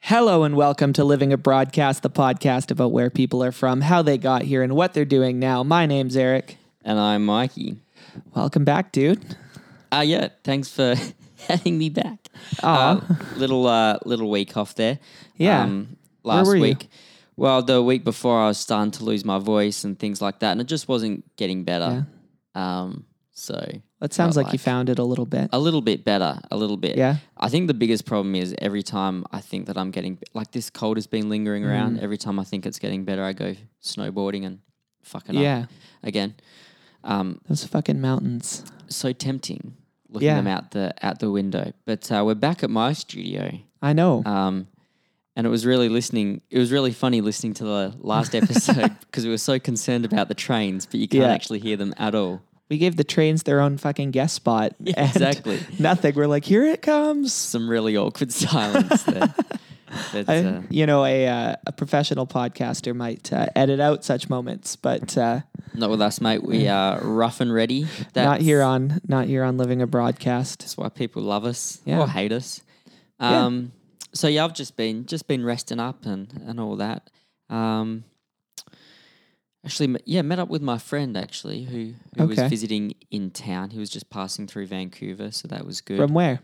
Hello and welcome to Living a Broadcast, the podcast about where people are from, how they got here, and what they're doing now. My name's Eric. And I'm Mikey. Welcome back, dude. Ah, yeah. Thanks for having me back. Uh, little uh, little week off there. Um, Yeah. last were you? week. Well, the week before, I was starting to lose my voice and things like that, and it just wasn't getting better. Um, so That sounds my like you life. found it a little bit. a little bit better, a little bit. Yeah. I think the biggest problem is every time I think that I'm getting like this cold has been lingering Mm. around. Every time I think it's getting better, I go snowboarding and fucking Yeah. up again. Um, Those fucking mountains. so tempting looking Yeah. them out the out the window. But uh, we're back at my studio, I know. um, and it was really listening. It was really funny listening to the last episode because we were so concerned about the trains, but you can't Yeah. actually hear them at all. we gave the trains their own fucking guest spot. and exactly. Nothing. We're like, here it comes. Some really awkward silence there. But, I- uh, you know, a uh, a professional podcaster might uh, edit out such moments, but uh, not with us, mate. We are rough and ready. not That's- here on not here on Living a Broadcast. That's why people love us Yeah. or hate us. Oh. Yeah. Um, So yeah, I've just been just been resting up and and all that. Um, actually, m- yeah, met up with my friend actually who who Okay. was visiting in town. He was just passing through Vancouver, so that was good. From where?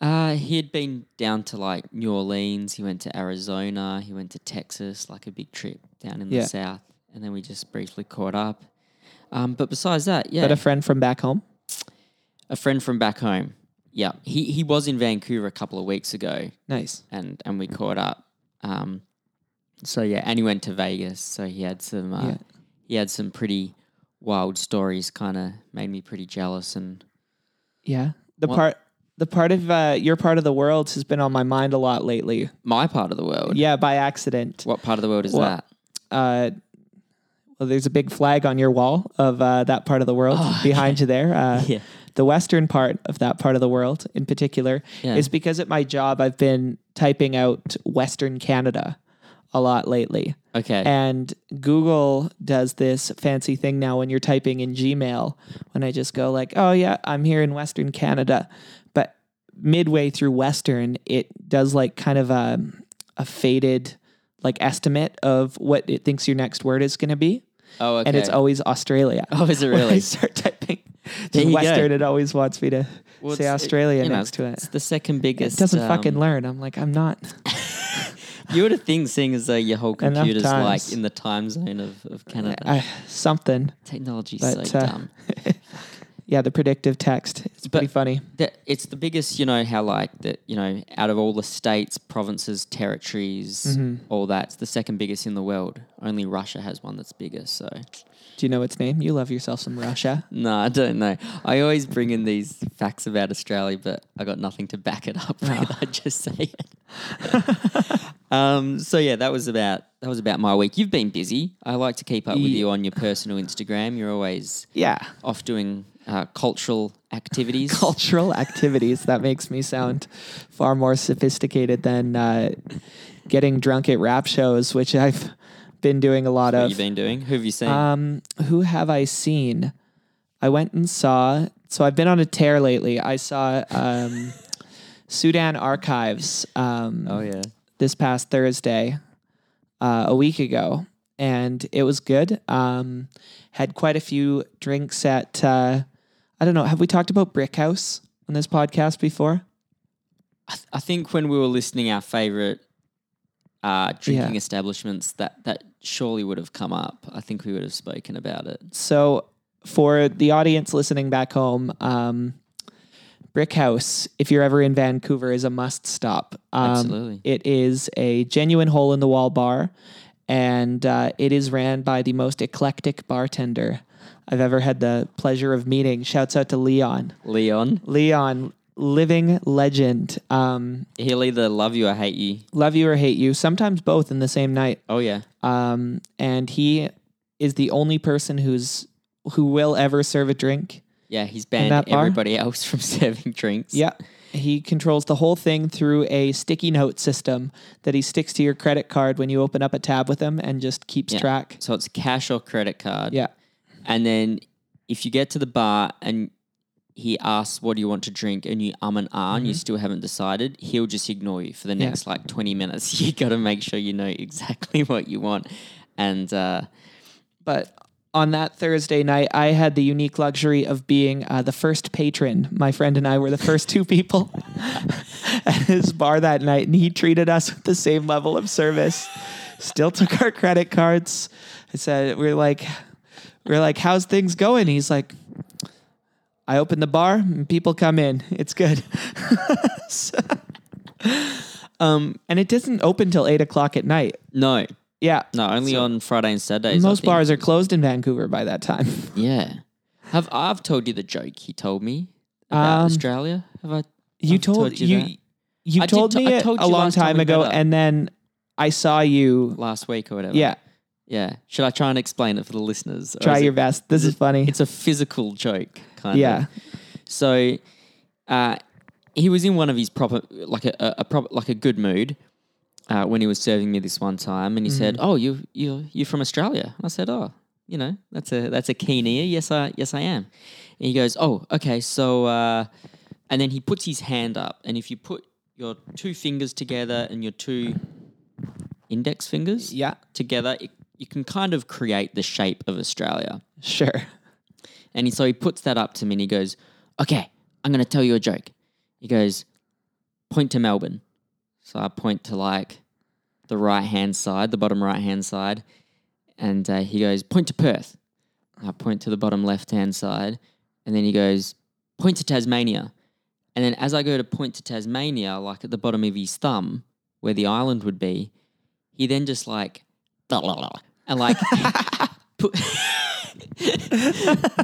uh, he had been down to like New Orleans. He went to Arizona. He went to Texas, like a big trip down in Yeah. the south. And then we just briefly caught up. Um, but besides that, yeah, But a friend from back home. a friend from back home. Yeah, he he was in Vancouver a couple of weeks ago, Nice. and and we caught up. Um, so yeah, and he went to Vegas. So he had some uh, Yeah. he had some pretty wild stories. Kind of made me pretty jealous. And Yeah. The Well- part the part of uh, your part of the world has been on my mind a lot lately. my part of the world. Yeah, by accident. What part of the world is Well- that? Uh, well, there's a big flag on your wall of uh, that part of the world behind you there. Uh, Oh, Yeah. The western part of that part of the world, in particular, Yeah. is because at my job I've been typing out Western Canada a lot lately. Okay. And Google does this fancy thing now when you're typing in Gmail, when I just go like, oh yeah, I'm here in Western Canada. But midway through Western, it does like kind of a, a faded like estimate of what it thinks your next word is going to be. oh, okay. And it's always Australia. oh, is it When I really? start typing just There you go. Western, it always wants me to Well, say it's- it- Australia you know, next to It's it. the second biggest. It doesn't um, fucking learn. I'm like, I'm not. You would have thing seeing as though your whole Enough computer's like times. in the time zone of, of Canada. I, something. Technology's but, so uh, dumb. Yeah, the predictive text. It's pretty But- funny. that it's the biggest, you know, how like that, you know, out of all the states, provinces, territories, all that, it's the second biggest in the world. Only Russia has one that's bigger. So, Do you know its name? You love yourself some Russia. no, I don't know. I always bring in these facts about Australia, but I got nothing to back it up with. I just say it. um, so yeah, that was about that was about my week. You've been busy. I like to keep up with Yeah. you on your personal Instagram. You're always Yeah. off doing uh, cultural activities. Cultural activities. That makes me sound far more sophisticated than uh, getting drunk at rap shows, which I've been doing a lot What of. you been doing? Who have you seen? Um, who have I seen? I went and saw. So I've been on a tear lately. I saw um, Sudan Archives. Um, oh yeah. this past Thursday, uh, a week ago, and it was good. Um, had quite a few drinks at, uh, I don't know, have we talked about Brick House on this podcast before? I, th- I think when we were listening, our favorite uh, drinking establishments that that surely would have come up. I think we would have spoken about it. So, for the audience listening back home, um, Brick House, if you're ever in Vancouver, is a must stop. Um, Absolutely. It is a genuine hole in the wall bar, and uh, it is ran by the most eclectic bartender I've ever had the pleasure of meeting. Shouts out to Leon. Leon, Leon, living legend. Um, he'll either love you or hate you. love you or hate you, sometimes both in the same night. Oh yeah, Um, and he is the only person who's who will ever serve a drink. yeah. He's banned that bar? everybody else from serving drinks. Yeah. He controls the whole thing through a sticky note system that he sticks to your credit card when you open up a tab with him and just keeps Yeah. track. So it's cash or credit card. Yeah. And then if you get to the bar and he asks, What do you want to drink? and you um and ah, and you still haven't decided, he'll just ignore you for the next like 20 minutes. You got to make sure you know exactly what you want. And uh, But on that Thursday night, I had the unique luxury of being uh, the first patron. My friend and I were the first two people at his bar that night, and he treated us with the same level of service. Still took our credit cards. I said, "We're like, we're like, how's things going?" He's like, "I open the bar, and people come in. It's good." So- um, and it doesn't open till eight o'clock at night. no, Yeah, no, only on Friday and Saturdays. I most think. bars are closed in Vancouver by that time. Yeah. Have I've told you the joke he told me about Um, Australia? Have I? You I've told, told you you that. you, I did told to- me I it told a you long last time time we ago, met up. and then I saw you. last week or whatever. Yeah, yeah. Should I try and explain it for the listeners? or try is it- your best. This is funny. It's a physical joke, kind of. Yeah, So, uh, he was in one of his proper, like a, a, a proper, like a good mood. Uh, when he was serving me this one time, and he said, "Oh, you you you're from Australia?" And I said, "Oh, you know, that's a that's a keen ear. Yes, I yes I am." And he goes, "Oh, okay, so," uh, and then he puts his hand up, and if you put your two fingers together and your two index fingers yeah, together, it, you can kind of create the shape of Australia. sure. And he, so he puts that up to me and he goes, Okay, I'm going to tell you a joke. He goes, Point to Melbourne. So I point to like the right hand side, the bottom right hand side. And uh, he goes, Point to Perth. I point to the bottom left hand side. And then he goes, Point to Tasmania. And then as I go to point to Tasmania, like at the bottom of his thumb, where the island would be, he then just like, and like, put.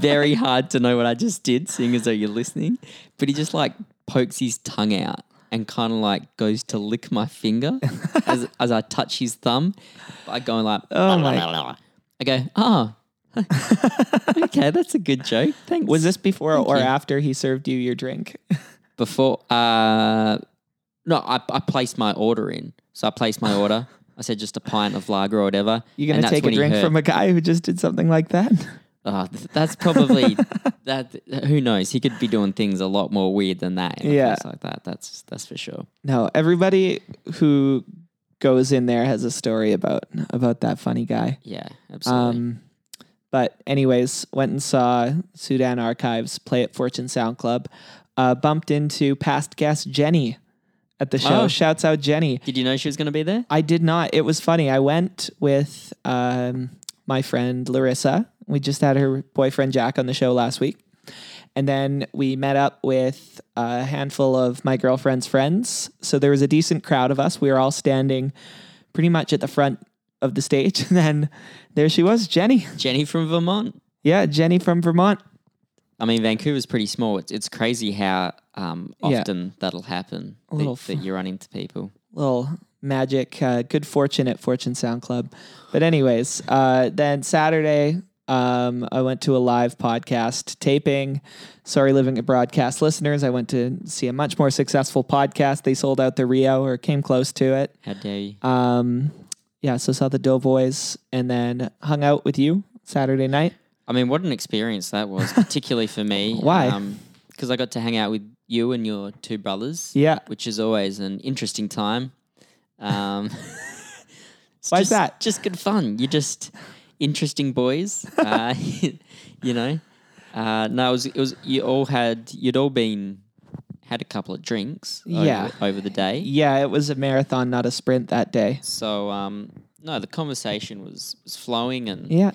very hard to know what I just did, seeing as though you're listening. But he just like pokes his tongue out and kind of like goes to lick my finger as, as I touch his thumb. I go like, Oh my- I go, oh, okay, that's a good joke. Thanks. Was this before or you. after he served you your drink? before? Uh, no, I, I placed my order in. So I placed my order. I said just a pint of lager or whatever. You gonna and that's take a when he drink heard- from a guy who just did something like that? Oh, th- that's probably that. Who knows? He could be doing things a lot more weird than that. In yeah, Yeah. a place like that. That's that's for sure. No, everybody who goes in there has a story about about that funny guy. Yeah, absolutely. Um, but anyways, went and saw Sudan Archives play at Fortune Sound Club. Uh, bumped into past guest Jenny at the show. Oh. Shouts out Jenny. Did you know she was going to be there? I did not. It was funny. I went with um, my friend Larissa. We just had her boyfriend Jack on the show last week. And then we met up with a handful of my girlfriend's friends. So there was a decent crowd of us. We were all standing pretty much at the front of the stage. And then there she was, Jenny. Jenny from Vermont. Yeah, Jenny from Vermont. I mean, Vancouver's pretty small. It's it's crazy how um, Yeah. often that'll happen. that- little that, you run into people. little magic, uh, good fortune at Fortune Sound Club. But anyways, uh, then Saturday, um, I went to a live podcast taping. Sorry, living at broadcast listeners. I went to see a much more successful podcast. They sold out the Rio or came close to it. How dare you? Um, yeah, so saw the Doughboys and then hung out with you Saturday night. I mean, what an experience that was, particularly for me. Why? Because I got to hang out with you and your two brothers. Yeah. which is always an interesting time. Um, it's Why's just- that? Just good fun. You're just interesting boys. Uh, you know. Uh, no, it was, it was. You all had. You'd all been had a couple of drinks. over- Yeah. Over the day. Yeah, it was a marathon, not a sprint that day. So um, no, the conversation was was flowing and Yeah.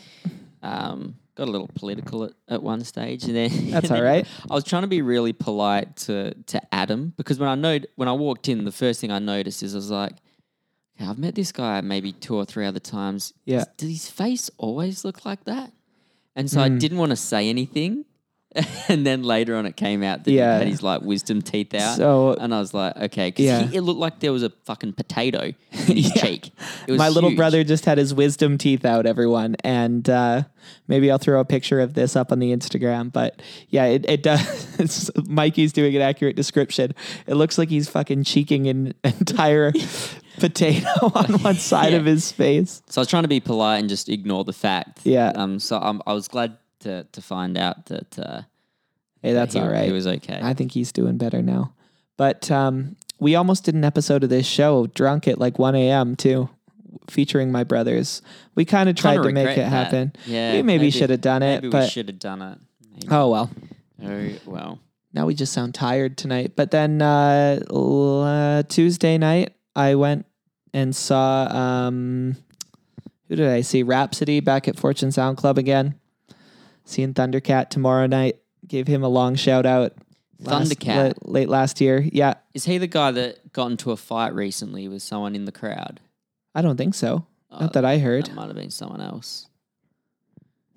um, got a little political at, at one stage, and then That's and all then right. I was trying to be really polite to to Adam because when I know when I walked in, the first thing I noticed is I was like, "Okay, I've met this guy maybe two or three other times. Yeah. Does, does his face always look like that? And so I Hmm. didn't want to say anything. and then later on, it came out that Yeah. he had his like wisdom teeth out, So- and I was like, okay, because Yeah. it looked like there was a fucking potato in his cheek. It was my little huge. brother just had his wisdom teeth out everyone and uh, maybe i'll throw a picture of this up on the instagram but yeah it, it does it's, mikey's doing an accurate description it looks like he's fucking cheeking an entire potato on one side of Yeah. his face So I was trying to be polite and just ignore the fact. Yeah. Um. So I'm, I was glad to to find out that uh, Hey, that's He- all right. He was okay. I think he's doing better now. But um, we almost did an episode of this show drunk at like 1 a.m. too, featuring my brothers. We kind of tried Kinda to make it regret that. happen. Yeah, we maybe, should have done it, Maybe we but should have done it. Maybe. oh well. Oh well. Now we just sound tired tonight. But then uh, l- uh, Tuesday night, I went and saw um, who did I see? Rhapsody back at Fortune Sound Club again. Seeing Thundercat tomorrow night. Gave him a long shout out. last- Thundercat. la- late last year. Yeah, Is he the guy that got into a fight recently with someone in the crowd? I don't think so. Oh, Not that I heard. That might have been someone else.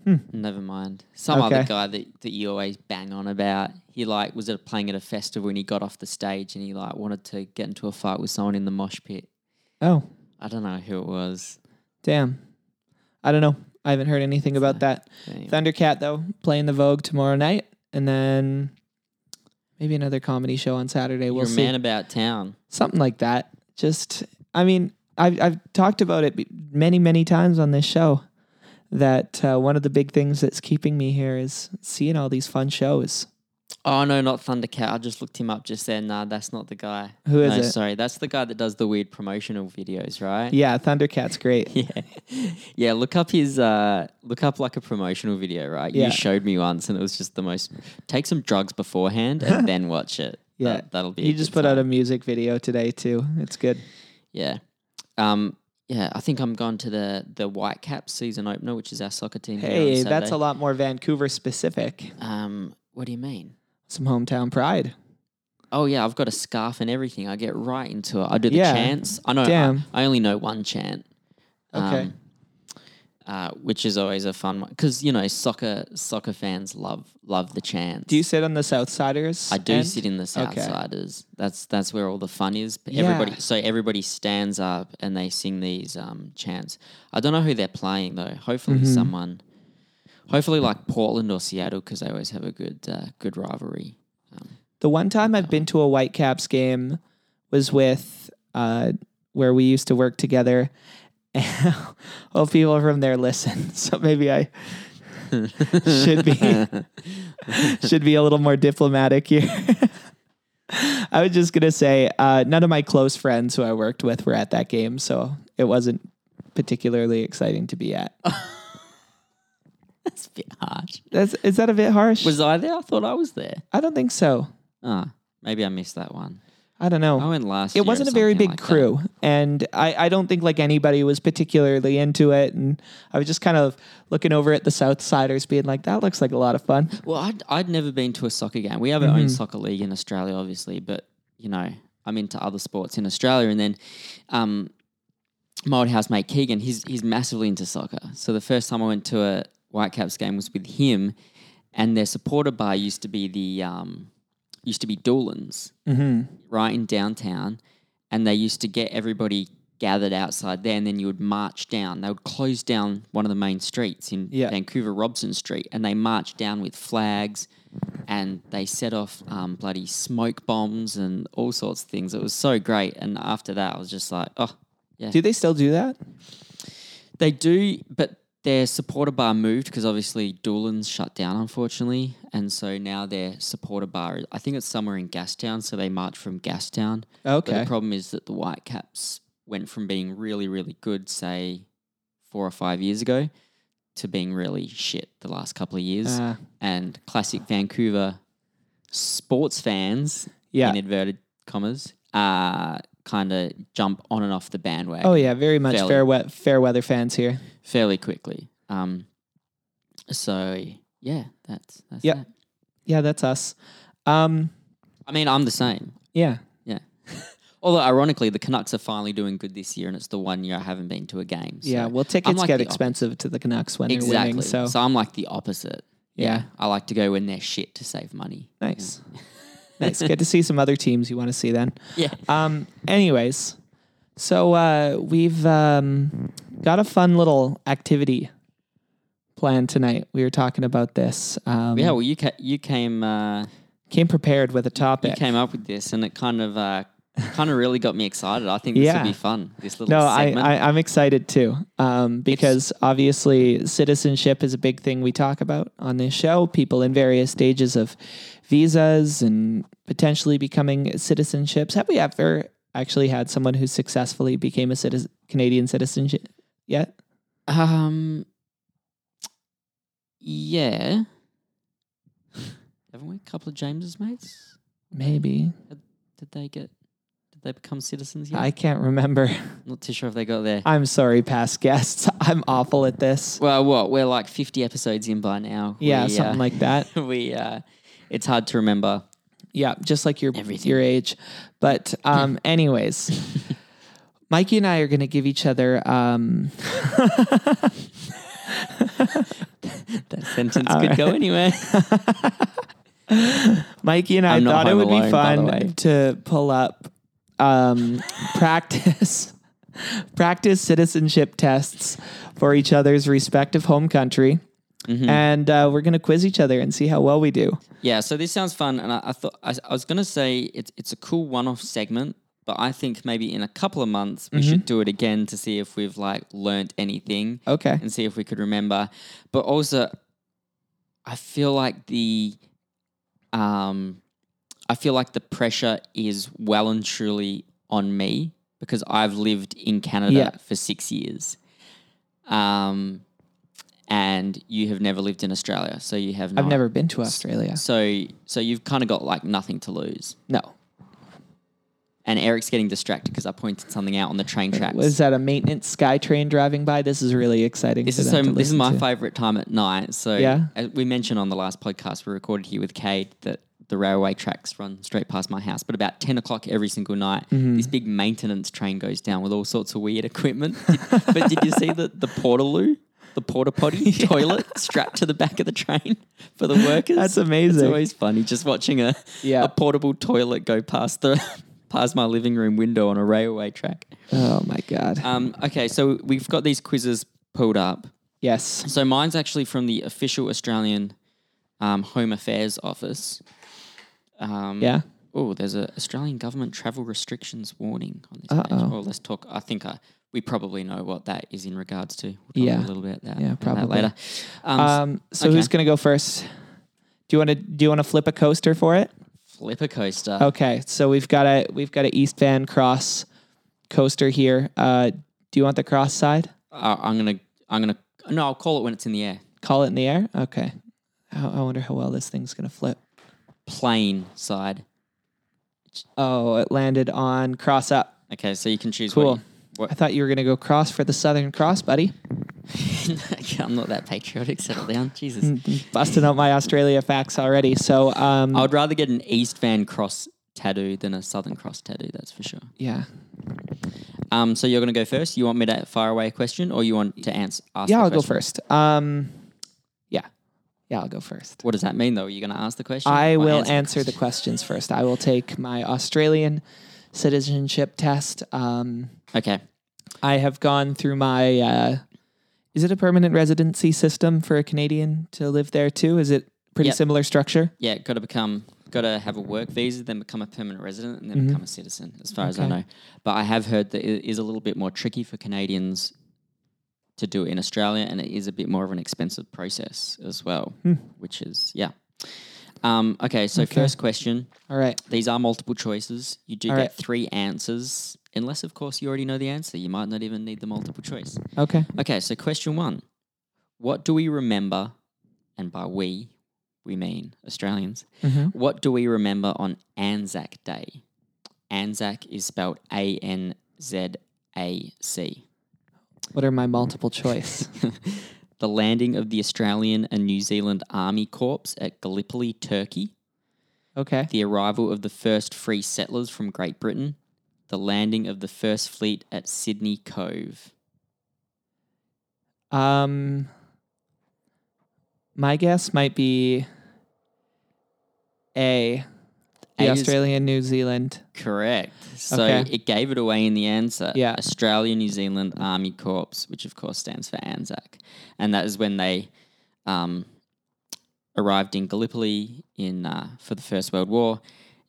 Hmm. Never mind. Some Okay. other guy that, that you always bang on about. He like was at playing at a festival and he got off the stage and he like wanted to get into a fight with someone in the mosh pit. Oh, I don't know who it was. damn. I don't know. I haven't heard anything about that. Damn. Thundercat though playing the Vogue tomorrow night, and then maybe another comedy show on Saturday. We'll You're a see. man about town. something like that. Just, I mean, I've, I've talked about it many, many times on this show that uh, one of the big things that's keeping me here is seeing all these fun shows. Oh no, not Thundercat. I just looked him up just then. Nah, that's not the guy. Who is no, it? Sorry, that's the guy that does the weird promotional videos, right? Yeah, Thundercat's great. Yeah. Yeah, look up his uh look up like a promotional video, right? Yeah. You showed me once and it was just the most take some drugs beforehand and then watch it. Yeah. That, will be He just put out a music video today too. It's good. Yeah. Um yeah, I think I'm going to the the Whitecaps season opener, which is our soccer team. here on Hey, that's a Saturday. lot more Vancouver specific. Um what do you mean? Some hometown pride. Oh yeah, I've got a scarf and everything. I get right into it. I do the Yeah. chants. I know. I- Damn. I, only know one chant. Okay. um, uh, which is always a fun one because you know soccer soccer fans love love the chants. Do you sit on the South Siders? I do end? sit in the Okay. Southsiders. That's that's where all the fun is. But Yeah. Everybody, so everybody stands up and they sing these um, chants. I don't know who they're playing though. Hopefully Mm-hmm. someone, hopefully like Portland or Seattle because they always have a good uh, good rivalry. The one time I've been to a Whitecaps game was with uh, where we used to work together. well, people from there listen, so maybe I should be should be a little more diplomatic here. I was just gonna say uh, none of my close friends who I worked with were at that game, so it wasn't particularly exciting to be at. That's a bit harsh. That's, is that a bit harsh? Was I there? I thought I was there. I don't think so. Ah, maybe I missed that one. I don't know. I went last. year it or wasn't a very something big like that. crew and I, I don't think like anybody was particularly into it and i was just kind of looking over at the south siders being like that looks like a lot of fun Well, I'd, I'd never been to a soccer game. We have our own soccer league in Australia, obviously, but you know, I'm into other sports in Australia. And then, um, my old housemate Keegan, he's he's massively into soccer. So the first time I went to a Whitecaps game was with him, and their supporter bar used to be the um, used to be Doolan's, right in downtown, and they used to get everybody gathered outside there, and then you would march down. They would close down one of the main streets in Yeah. Vancouver, Robson Street, and they marched down with flags, and they set off um, bloody smoke bombs and all sorts of things. It was so great, and after that, I was just like, oh. Yeah. do they still do that They do, but their supporter bar moved because obviously Doolin's shut down, unfortunately. And so now their supporter bar, I think it's somewhere in Gastown. So they march from Gastown. But okay the problem is that the Whitecaps went from being really, really good, say, four or five years ago, to being really shit the last couple of years. Ah. and classic Vancouver sports fans, Yeah. in inverted commas, uh, kind of jump on and off the bandwagon oh yeah very much Fairly. fair, we- fair weather fans here fairly quickly. Um, so yeah, that's that's Yep. that. yeah that's us um I mean, I'm the same. yeah Yeah. Although ironically, the Canucks are finally doing good this year, and it's the one year I haven't been to a game. So yeah well I'm tickets like get the op- expensive to the canucks when they're Exactly. winning so, I'm like the opposite. Yeah. I like to go when they're shit to save money. nice nice good to see some other teams you want to see then Yeah. Um, anyways, so uh, we've um, got a fun little activity planned tonight. We were talking about this. Um, Yeah. Well, you ca- you came uh, came prepared with a you topic. came up with this, and it kind of uh, kind of really got me excited. I think this Yeah. would be fun. This little No, I, segment. I I'm excited too, um, because obviously citizenship is a big thing we talk about on this show. People in various stages of visas and potentially becoming citizenships. Have we ever actually had someone who successfully became a citizen, Canadian citizen yet? Um, yeah. Haven't we? A couple of James's mates? Maybe. Did they get? Did they become citizens yet? I can't remember. I'm not too sure if they got there. I'm sorry, past guests. I'm awful at this. well, what we're like 50 episodes in by now. Yeah, we, uh, something like that. we. Uh, it's hard to remember. Yeah, just like your Everything. your age. But um, anyways, Mikey and I are going to give each other. Um, That sentence All could go right. anywhere. Mikey and I I'm not thought it home would be alone, by the way. fun to pull up um, practice practice citizenship tests for each other's respective home country, Mm-hmm. and uh, we're going to quiz each other and see how well we do. Yeah, so this sounds fun, and I, I thought I, I was gonna say it's it's a cool one-off segment, but I think maybe in a couple of months we Mm-hmm. should do it again to see if we've like learnt anything Okay. and see if we could remember. But also, I feel like the, um, I feel like the pressure is well and truly on me because I've lived in Canada Yeah. for six years, um, and you have never lived in Australia, so you have I've not- never been to Australia. so so you've kind of got like nothing to lose. No. And Eric's getting distracted because I pointed something out on the train tracks. Was that a maintenance sky train driving by? This is really exciting. this for is so them to this is listen my to. favorite time at night. So Yeah? as we mentioned on the last podcast we recorded here with Cade that the railway tracks run straight past my house. But about ten o'clock every single night, Mm-hmm. this big maintenance train goes down with all sorts of weird equipment. Did- but did you see the the portaloo, the porta potty toilet strapped to the back of the train for the workers? That's amazing. It's always funny just watching a Yeah. a portable toilet go past the past my living room window on a railway track. Oh my god. Um, okay, so we've got these quizzes pulled up. yes. So mine's actually from the official Australian um, Home Affairs Office. Um, Yeah. Oh, there's a Australian government travel restrictions warning on this page. Uh-oh. Well, let's talk. I think I, we probably know what that is in regards to. We'll talk Yeah. a little bit about that, Yeah, about that probably. later. Um, Um, so who's gonna go first? Do you want to do you want to flip a coaster for it? flipper coaster. Okay, so we've got a we've got a East Van Cross coaster here. Uh, do you want the cross side? Uh, I'm gonna. I'm gonna. No, I'll call it when it's in the air. Call it in the air. Okay. I, I wonder how well this thing's gonna flip. Plane side. Oh, it landed on cross up. Okay, so you can choose. Cool. What you- what, I thought you were gonna go cross for the Southern Cross, buddy. I'm not that patriotic. Settle down, Jesus. Busting out my Australia facts already. So um, I would rather get an East Van Cross tattoo than a Southern Cross tattoo. That's for sure. yeah, Um, so you're gonna go first. You want me to fire away a question, or you want to answer? Ask yeah, the I'll go question? first. Um, yeah, yeah, I'll go first. What does that mean, though? Are you gonna ask the question? I or will the answer the questions first. I will take my Australian citizenship test. Um, question? Okay. I have gone through my. Uh, is it a permanent residency system for a Canadian to live there too? Is it pretty Yep. similar structure? Yeah, got to become, got to have a work visa, then become a permanent resident, and then become a citizen, as far as I Mm-hmm. Okay. know. But I have heard that it is a little bit more tricky for Canadians to do it in Australia, and it is a bit more of an expensive process as well, Hmm. which is, yeah. Um, okay, so first question. All right. These are multiple choices. You do All get right. three answers, unless, of course, you already know the answer. You might not even need the multiple choice. Okay. Okay, so question one What do we remember? And by we, we mean Australians. Mhm. What do we remember on Anzac Day? Anzac is spelled A N Z A C. What are my multiple choice? The landing of the Australian and New Zealand Army Corps at Gallipoli, Turkey. Okay. The arrival of the first free settlers from Great Britain. The landing of the first fleet at Sydney Cove. Um, my guess might be A, the A is- Australian New Zealand. Correct. So Okay. it gave it away in the answer. Yeah. Australia New Zealand Army Corps, which of course stands for ANZAC. And that is when they um, arrived in Gallipoli in uh, for the First World War.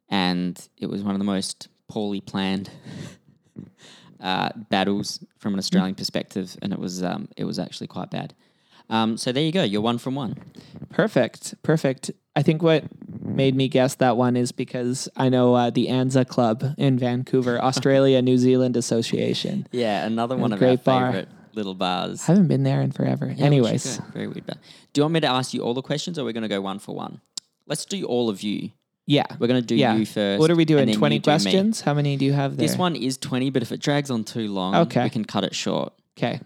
And it was one of the most poorly planned uh, battles from an Australian perspective. And it was, um, it was actually quite bad. Um, so there you go. You're one from one. Perfect. Perfect. I think what made me guess that one is because I know uh, the ANZA Club in Vancouver, Australia New Zealand Association. Yeah, another one of our great bar. favorite little bars. I haven't been there in forever. Yeah, we should Anyways, go. very weird bar. Do you want me to ask you all the questions, or we're going to go one for one? Let's do all of you. yeah. We're going to do yeah. you first. What are we and doing? then you 20 do me. questions? How many do you have there? This one is twenty, but if it drags on too long, Okay. we can cut it short. Okay.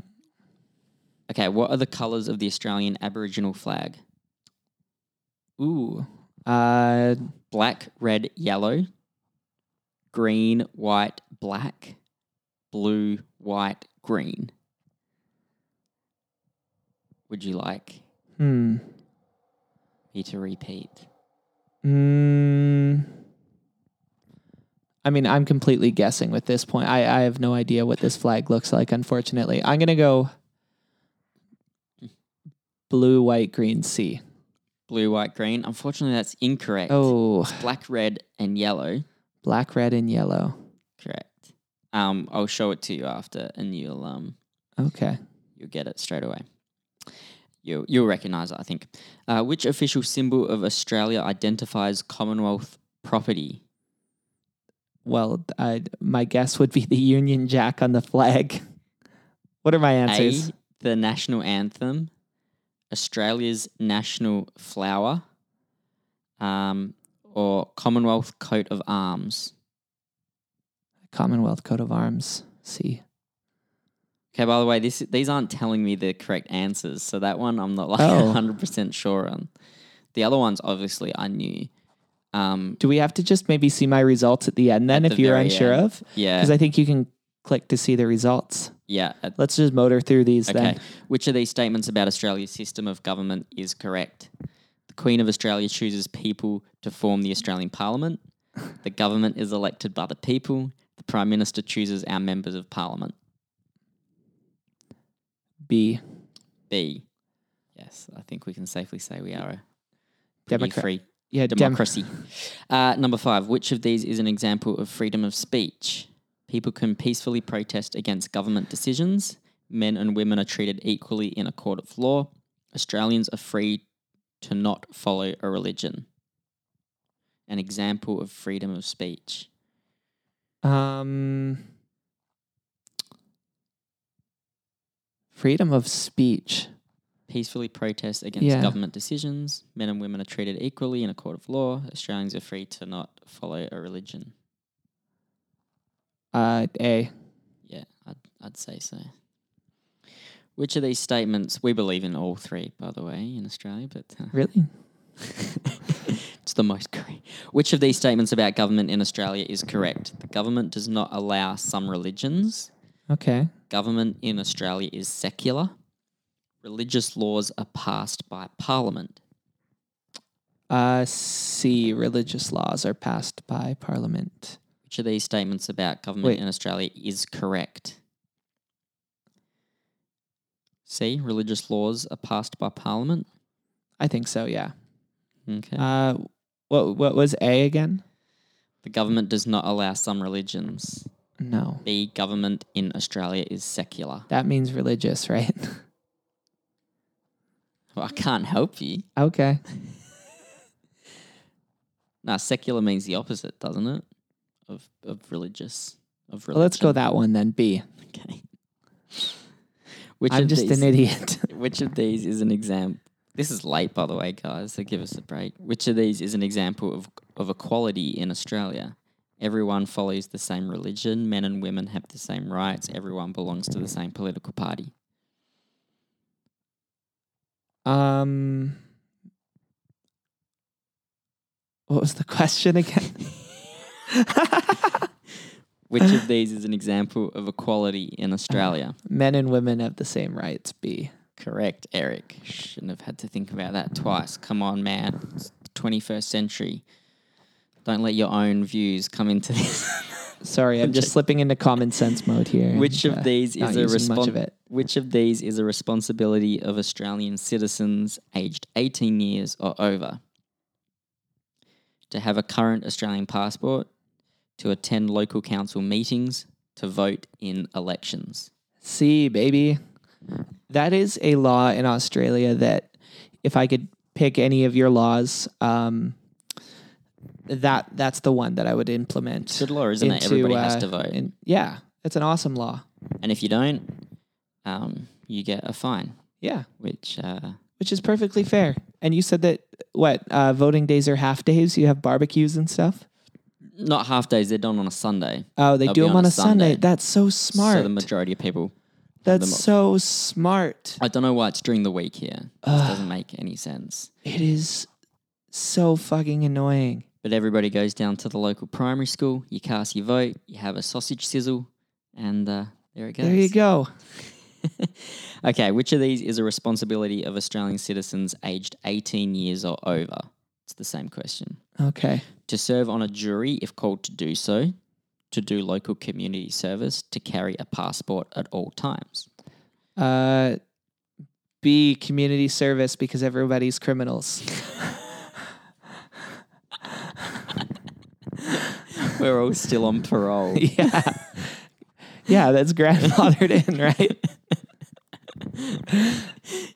Okay, what are the colours of the Australian Aboriginal flag? Ooh. Uh, Black, red, yellow, green, white, black, blue, white, green. Would you like hmm. me to repeat? Mm, I mean, I'm completely guessing with this point. I, I have no idea what this flag looks like, unfortunately. I'm going to go blue, white, green, C. Blue, white, green. Unfortunately, that's incorrect. Oh, Black, red, and yellow. black, red, and yellow. Correct. Um, I'll show it to you after, and you'll um, Okay. you'll get it straight away. You you'll recognise it, I think. Uh, which official symbol of Australia identifies Commonwealth property? Well, I, my guess would be the Union Jack on the flag. What are my answers? A, the national anthem, Australia's national flower, um, or Commonwealth coat of arms. Commonwealth coat of arms. C. Okay, by the way, this these aren't telling me the correct answers, so that one I'm not like Oh. hundred percent sure on. The other ones, obviously, I knew. Um, Do we have to just maybe see my results at the end then At if the you're very unsure end. Uh. of? yeah, Because I think you can click to see the results. yeah. at- Let's just motor through these okay, then. which of these statements about Australia's system of government is correct? The Queen of Australia chooses people to form the Australian Parliament. the government is elected by the people. The Prime Minister chooses our members of Parliament. B. B. Yes, I think we can safely say we are a pretty Democrat. free yeah, dem- democracy. uh, number five, which of these is an example of freedom of speech? People can peacefully protest against government decisions. Men and women are treated equally in a court of law. Australians are free to not follow a religion. An example of freedom of speech. um, freedom of speech. Peacefully protest against Yeah. government decisions. Men and women are treated equally in a court of law. Australians are free to not follow a religion. Uh, A. Yeah, I'd, I'd say so. Which of these statements? We believe in all three, by the way, in Australia, but uh, Really? it's the most correct. Which of these statements about government in Australia is correct? The government does not allow some religions. Okay. Government in Australia is secular. Religious laws are passed by Parliament. Uh, C. Religious laws are passed by Parliament. Which of these statements about government Wait. in Australia is correct? C. Religious laws are passed by Parliament. I think so. Yeah. Okay. Uh, what what was A again? The government does not allow some religions. No, The government in Australia is secular. that means religious, right? Well, I can't help you. okay. Now, secular means the opposite, doesn't it? Of of religious. Of religion. Well, let's go that one then. B. Okay. Which am of just these, an idiot. Which of these is an example? This is late, by the way, guys. So give us a break. Which of these is an example of of equality in Australia? Everyone follows the same religion. Men and women have the same rights. Everyone belongs to the same political party. um, what was the question again? Which of these is an example of equality in Australia? Men and women have the same rights. B. Correct, Eric. Shouldn't have had to think about that twice. Come on, man. It's the 21st century. Don't let your own views come into this. Sorry, I'm just slipping into common sense mode here. Which and, uh, of these not is a using much respon- of it. Which of these is a responsibility of Australian citizens aged 18 years or over? To have a current Australian passport, to attend local council meetings, to vote in elections. C, baby. that is a law in Australia that if I could pick any of your laws, um, that that's the one that I would implement. It's good law, isn't it? into, Everybody has uh, to vote. in- yeah, it's an awesome law. and if you don't, um, you get a fine, Yeah, which uh, which is perfectly fair. And you said that what uh, voting days are half days. You have barbecues and stuff. not half days, they're done on a Sunday. Oh, they They'll do be them on, a Sunday. Sunday. That's so smart. So the majority of people, That's them up. so smart. I don't know why it's during the week here. It doesn't make any sense. It is so fucking annoying. But everybody goes down to the local primary school, you cast your vote, you have a sausage sizzle, and uh, there it goes. There you go. Okay, which of these is a responsibility of Australian citizens aged 18 years or over? It's the same question. Okay. To serve on a jury if called to do so, to do local community service, to carry a passport at all times. Uh, B community service because everybody's criminals. We're all still on parole. yeah, yeah, that's grandfathered in, right?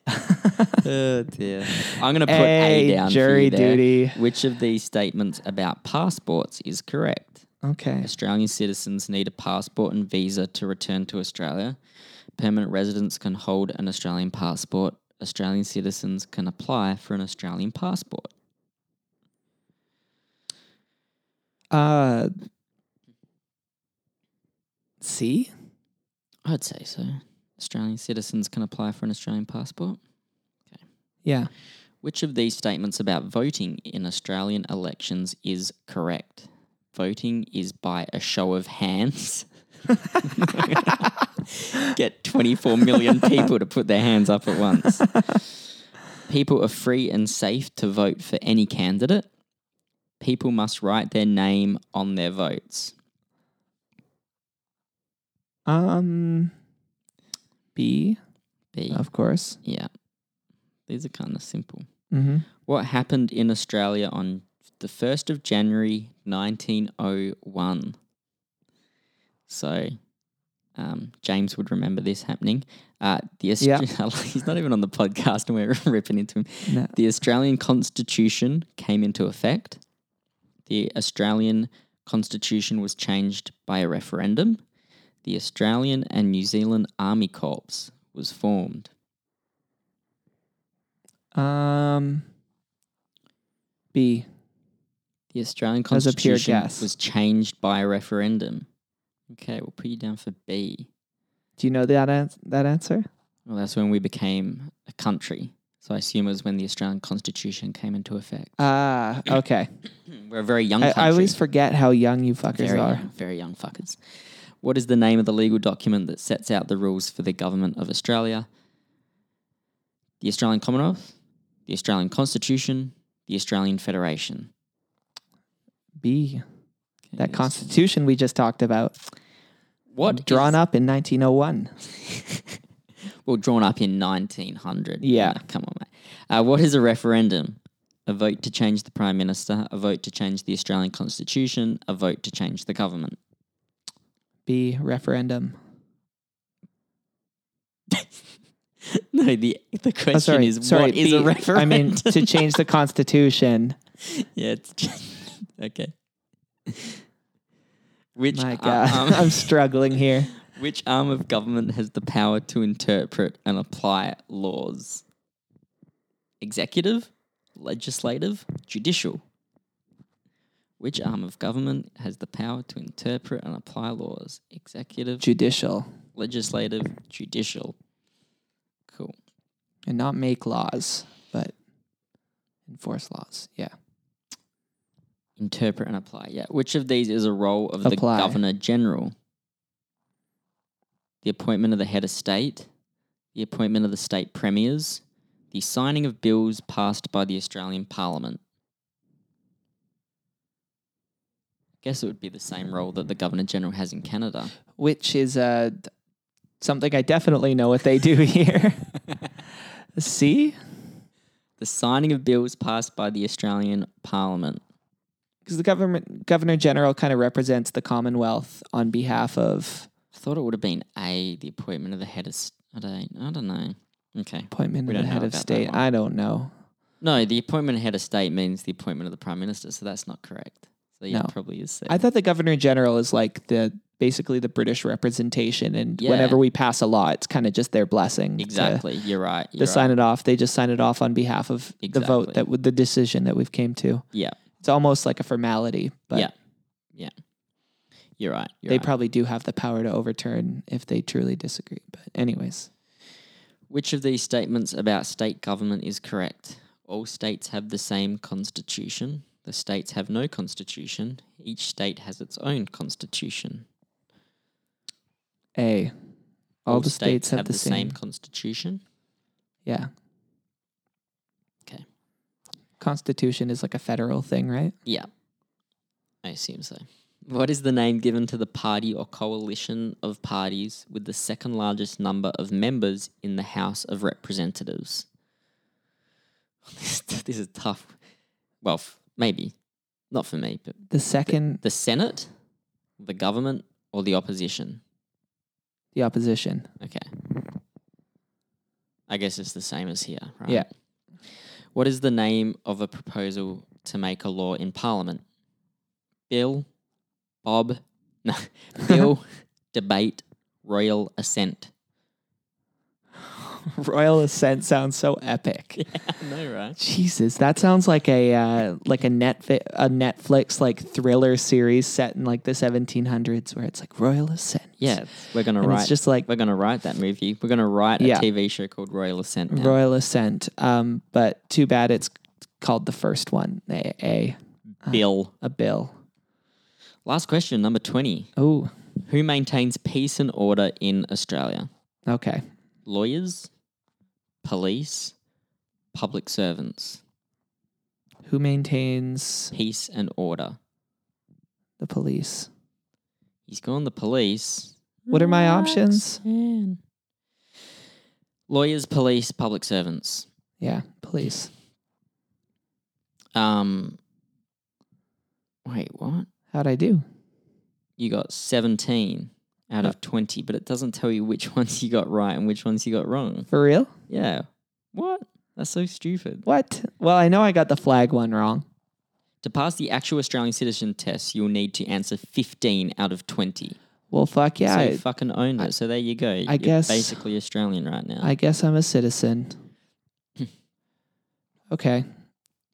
oh dear. I'm going to put Hey, A down jury for you there. duty. Which of these statements about passports is correct? Okay. Australian citizens need a passport and visa to return to Australia. Permanent residents can hold an Australian passport. Australian citizens can apply for an Australian passport. Uh, C. I'd say so. Australian citizens can apply for an Australian passport. Yeah. Which of these statements about voting in Australian elections is correct? Voting is by a show of hands. Get 24 million people to put their hands up at once. People are free and safe to vote for any candidate. People must write their name on their votes. Um, B, B. of course. Yeah. These are kind of simple. Mm-hmm. What happened in Australia on the 1st of January 1901? So, um, James would remember this happening. Uh, the Aust- Yeah. He's not even on the podcast and we're ripping into him. No. The Australian Constitution came into effect. The Australian Constitution was changed by a referendum. The Australian and New Zealand Army Corps was formed. Um, B. The Australian As a pure Constitution guess. was changed by a referendum. Okay, we'll put you down for B. Do you know that ans- that answer? Well, that's when we became a country. So I assume it was when the Australian Constitution came into effect. Ah, okay. We're a very young I, country. I always forget how young you fuckers very, are. young- very young fuckers. What is the name of the legal document that sets out the rules for the government of Australia? The Australian Commonwealth, the Australian Constitution, the Australian Federation. B. Okay, That yes. Constitution we just talked about, What drawn up in 1901. Well, drawn up in 1900. Yeah. Nah, come on, mate. Uh, what is a referendum? A vote to change the Prime Minister, a vote to change the Australian Constitution, a vote to change the government. B. Referendum. No, the, the question Oh, sorry, is sorry. what is a B. I referendum? mean, to change the Constitution. yeah, it's okay. Which, uh, um, My ar- God, arm- I'm struggling here. which arm of government has the power to interpret and apply laws? Executive, legislative, judicial. Which arm of government has the power to interpret and apply laws? Executive, Judicial legislative, judicial. Cool. and not make laws, but enforce laws. Yeah. Interpret and apply. Yeah. Which of these is a role of Apply. the Governor General? The appointment of the head of state, the appointment of the state premiers, the signing of bills passed by the Australian Parliament. guess it would be the same role that the Governor General has in Canada. which is uh, d- something I definitely know what they do here. See? The signing of bills passed by the Australian Parliament. Because the government governor general kind of represents the Commonwealth on behalf of. I thought it would have been A, the appointment of the head of s- I don't. I don't know. Okay. Appointment We of the don't know head of about that state. one. I don't know. No, the appointment of head of state means the appointment of the prime minister, so that's not correct. So yeah, No. it probably is. Said. I thought the governor general is like the basically the British representation, and Yeah. whenever we pass a law, it's kind of just their blessing. to- exactly. You're right. To, you're right. sign it off, they just sign it off on behalf of the Exactly. vote that would the decision that we've came to. Yeah. It's almost like a formality, but yeah. Yeah. You're right. You're they right. probably do have the power to overturn if they truly disagree. But anyways, Which of these statements about state government is correct? All states have the same constitution. The states have no constitution. Each state has its own constitution. a all, the states, have, the same. constitution. Yeah. Okay. Constitution is like a federal thing, right? Yeah. I assume so. What is the name given to the party or coalition of parties with the second largest number of members in the House of Representatives? This, this is tough. Well, f- maybe. Not for me, but The second, the Senate, the government, or the opposition? the opposition. Okay. I guess it's the same as here, right? Yeah. What is the name of a proposal to make a law in Parliament? Bill, Bob, no, Bill, debate, royal assent. Royal Ascent sounds so epic. no, right? Jesus, that sounds like a uh, like a Netflix a Netflix like thriller series set in like the 1700s where it's like Royal Ascent. Yeah, it's- we're gonna and write. it's just like we're gonna write that movie. We're gonna write Yeah. a TV show called Royal Assent. Now. Royal Ascent. Um, but too bad it's called the first one a a, Bill. a bill. Last question, number twenty. Oh, Who maintains peace and order in Australia? okay. lawyers, police, public servants, Who maintains peace and order. the police? He's gone the police. What are my options? Roxanne. Lawyers, police, public servants. Yeah, police. Um, wait, what? How'd I do? You got 17 out of 20, but it doesn't tell you which ones you got right and which ones you got wrong. For real? Yeah. What? That's so stupid. What? Well, I know I got the flag one wrong. To pass the actual Australian citizen test, you'll need to answer 15 out of 20. Well, fuck yeah. so you I- fucking own it. so there you go. You're guess- basically Australian right now. I guess I'm a citizen. okay.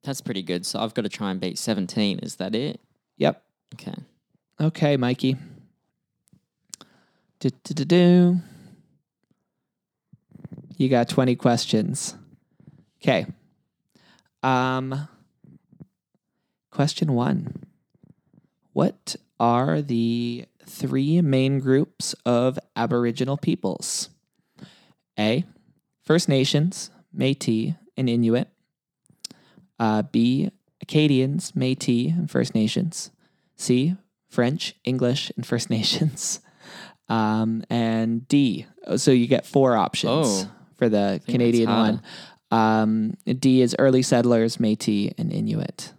That's pretty good. So I've got to try and beat seventeen. Is that it? Yep. Okay. Okay, Mikey. Do-do-do-do. You got 20 questions. Okay. Um question 1. What are the three main groups of Aboriginal peoples? A. First Nations, Métis, and Inuit. Uh, B. Acadians, Métis, and First Nations. C. French, English, and First Nations. Um, and D. Oh, So you get four options Oh. for the think that's Canadian harder. one. Um, D is early settlers, Métis, and Inuit.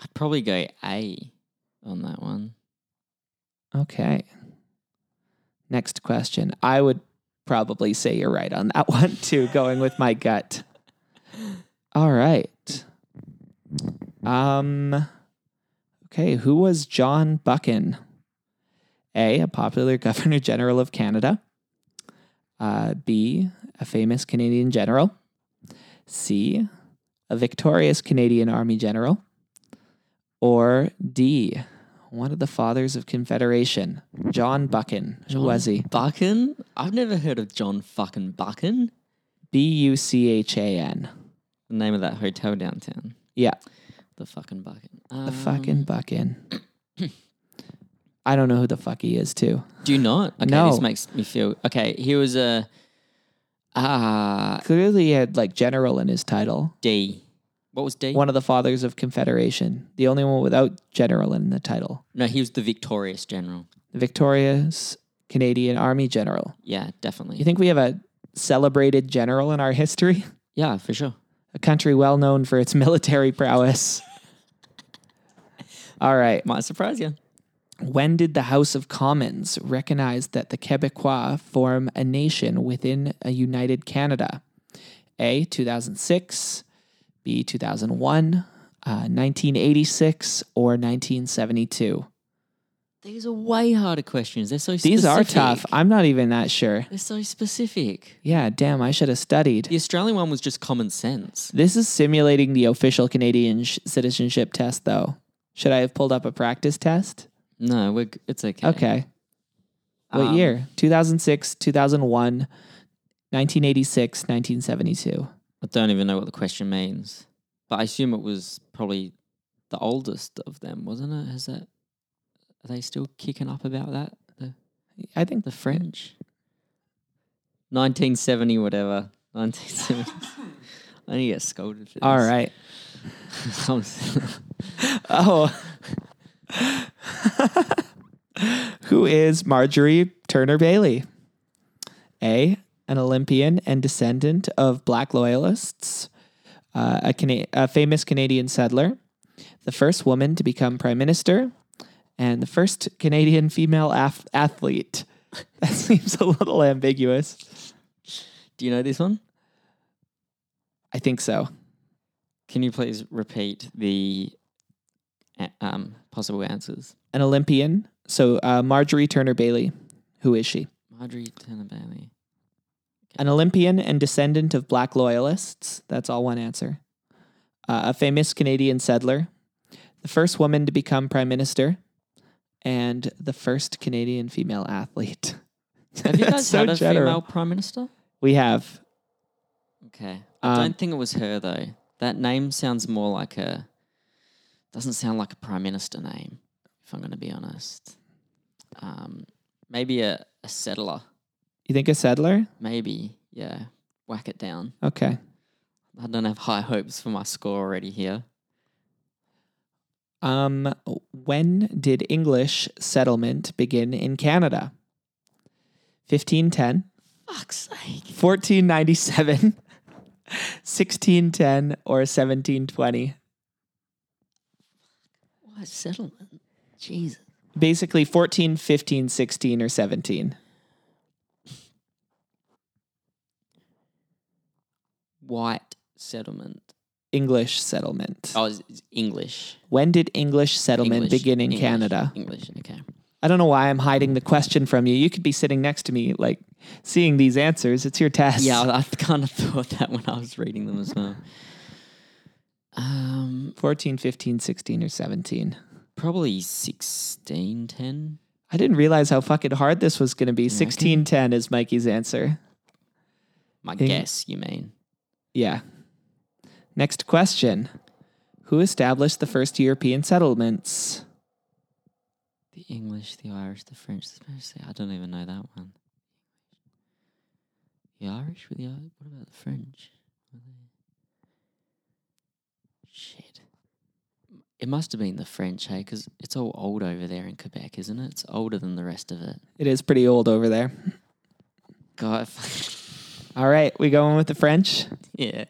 I'd probably go A on that one. Okay. Next question. I would probably say you're right on that one too, going with my gut. All right. Um okay, who was John Buchan? A, a popular governor general of Canada. Uh, B, a famous Canadian general. C, a victorious Canadian army general. Or D, one of the fathers of Confederation, John Buchan. Who John was he? Buchan? I've never heard of John fucking Buchan. B U C H A N. The name of that hotel downtown. Yeah, The fucking Buchan. Um, the fucking Buchan. I don't know who the fuck he is, too. Do you not? Okay, No. this makes me feel okay. He was a ah Clearly, he had like general in his title. D. What was D? One of the fathers of Confederation, the only one without general in the title. No, he was the victorious general. The victorious Canadian Army general. Yeah, definitely. You think we have a celebrated general in our history? yeah, for sure. A country well known for its military prowess. All right. Might surprise you. When did the House of Commons recognize that the Quebecois form a nation within a united Canada? A. 2006, B. 2001, uh, 1986, or 1972? These are way harder questions. They're so specific. These are tough. I'm not even that sure. They're so specific. Yeah, damn, I should have studied. The Australian one was just common sense. This is simulating the official Canadian sh- citizenship test, though. Should I have pulled up a practice test? No, we're, g- it's okay. Okay. What Um, year? 2006, 2001, 1986, 1972. I don't even know what the question means, but I assume it was probably the oldest of them, wasn't it? Has that? Are they still kicking up about that? The, I think the French. 1970, whatever. 1970. I need to get scolded for this. All right. I'm- Oh. Who is Marjorie Turner Bailey? A, an Olympian and descendant of black loyalists, uh, a, Cana- a famous Canadian settler, the first woman to become prime minister, and the first Canadian female af- athlete. That seems a little ambiguous. Do you know this one? I think so. Can you please repeat the uh, um, possible answers? An Olympian. So, uh, Marjorie Turner Bailey. Who is she? Marjorie Turner Bailey. An Olympian and descendant of black loyalists. That's all one answer. Uh, a famous Canadian settler. The first woman to become prime minister. And the first Canadian female athlete. Have you That's guys had a female prime minister? We have. Okay. I Um, don't think it was her though. That name sounds more like a doesn't sound like a prime minister name, if I'm gonna be honest. Um, maybe a, a settler. You think a settler? Maybe, yeah. Whack it down. Okay. I don't have high hopes for my score already here. Um, when did English settlement begin in Canada? 1510, Fuck's sake. 1497, 1610, or 1720? What settlement? Jesus. basically 14, 15, 16, or 17. White settlement. English settlement. Oh, it's it's English. When did English settlement English, begin in English, Canada? English, okay. I don't know why I'm hiding the question from you. You could be sitting next to me, like seeing these answers. It's your test. Yeah, I, I kind of thought that when I was reading them as well. Um, 14, 15, 16, or 17. probably sixteen ten. I didn't realize how fucking hard this was going to be. 1610 is Mikey's answer. My Eng- guess, you mean? Yeah. Next question Who established the first European settlements? The English, the Irish, the French, the Spanish. the- I don't even know that one. The Irish with the Irish. What about the French? Were they- Shit. It must have been the French, hey, because it's all old over there in Quebec, isn't it? It's older than the rest of it. It is pretty old over there. God, All right, we going with the French? yeah.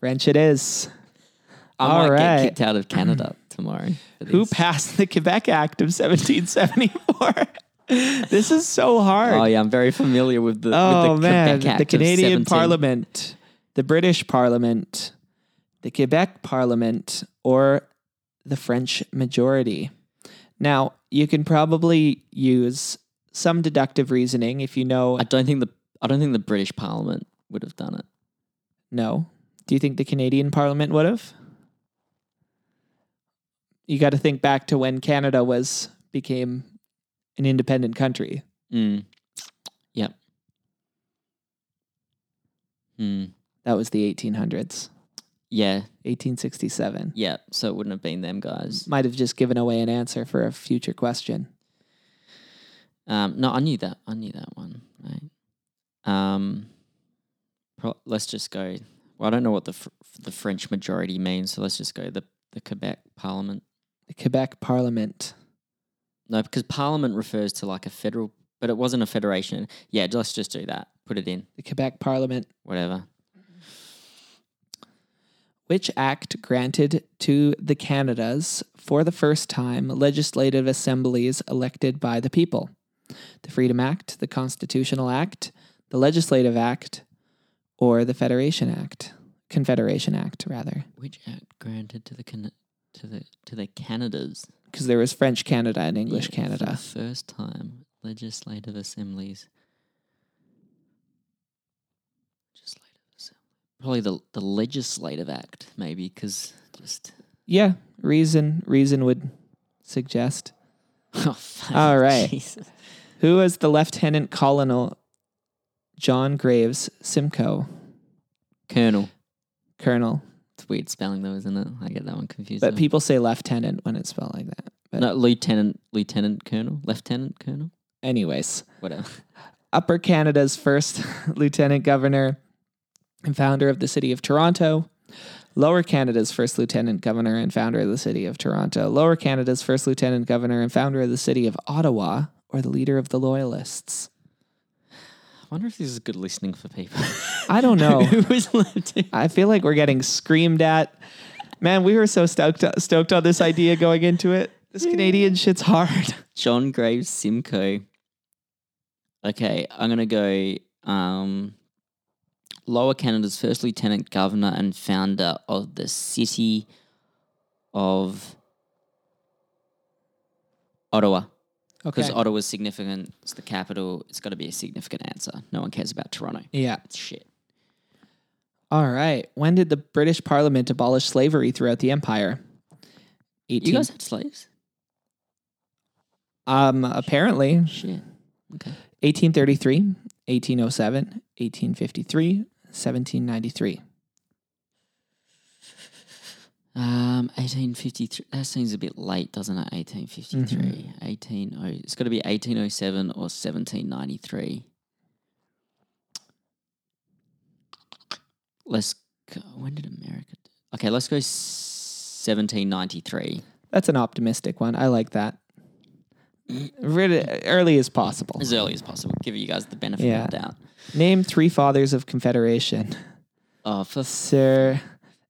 French it is. I All might right. get kicked out of Canada tomorrow. for Who this. passed the Quebec Act of 1774? this is so hard. Oh yeah, I'm very familiar with the. Oh, with the man, Quebec Act the of Canadian 17. Parliament, the British Parliament, the Quebec Parliament, or the French majority. Now, you can probably use some deductive reasoning if you know I don't think the I don't think the British Parliament would have done it. No. Do you think the Canadian Parliament would have? You got to think back to when Canada was became an independent country. Mm. Yep. Hmm. That was the 1800s, Yeah. 1867. Yeah. So it wouldn't have been them guys. Might have just given away an answer for a future question. Um. No, I knew that. I knew that one. Right. Um. Pro- let's just go. Well, I don't know what the fr- the French majority means, so let's just go the the Quebec Parliament. The Quebec Parliament. No, because parliament refers to like a federal, but it wasn't a federation. Yeah, let's just do that. Put it in, The Quebec Parliament. whatever. which act granted to the Canadas for the first time legislative assemblies elected by the people? The Freedom Act, the Constitutional Act, the Legislative Act, or the Federation Act? Confederation Act, rather, Which act granted to the Can- to the to the Canadas? because there was French Canada and English Yeah, For the Canada. first time, legislative assemblies. Legislative assembly. Probably the the legislative act, maybe, because just Yeah, reason reason would suggest. oh, fuck, All right. Jesus. Who was the Lieutenant Colonel John Graves Simcoe? Colonel. Colonel. It's weird spelling though, isn't it? I get that one confused. But now. people say lieutenant when it's spelled like that. But no, lieutenant, lieutenant colonel, lieutenant colonel, anyways, whatever. Upper Canada's first lieutenant governor and founder of the city of Toronto. Lower Canada's first lieutenant governor and founder of the city of Toronto. Lower Canada's first lieutenant governor and founder of the city of Ottawa or the leader of the Loyalists. I wonder if this is good listening for people. I don't know. Who was lieutenant? I feel like we're getting screamed at. Man, we were so stoked stoked on this idea going into it. This Canadian shit's hard. John Graves Simcoe. Okay, I'm gonna go um, Lower Canada's first lieutenant governor and founder of the city of Ottawa. Because Okay. Ottawa's significant, it's the capital, it's gotta be a significant answer. No one cares about Toronto. Yeah. It's shit. All right. When did the British Parliament abolish slavery throughout the empire? 18. You guys had slaves? um apparently Shit. Okay. 1833, 1807, 1853, 1793. Um, 1853. That seems a bit late, doesn't it? 1853. Mm-hmm. 18 oh, it's got to be 1807 or 1793. Let's go. When did America? do- Okay, let's go 1793. That's an optimistic one. I like that. Really early as possible. As early as possible. Give you guys the benefit Yeah. of the doubt. Name three fathers of Confederation. Oh, for f- Sir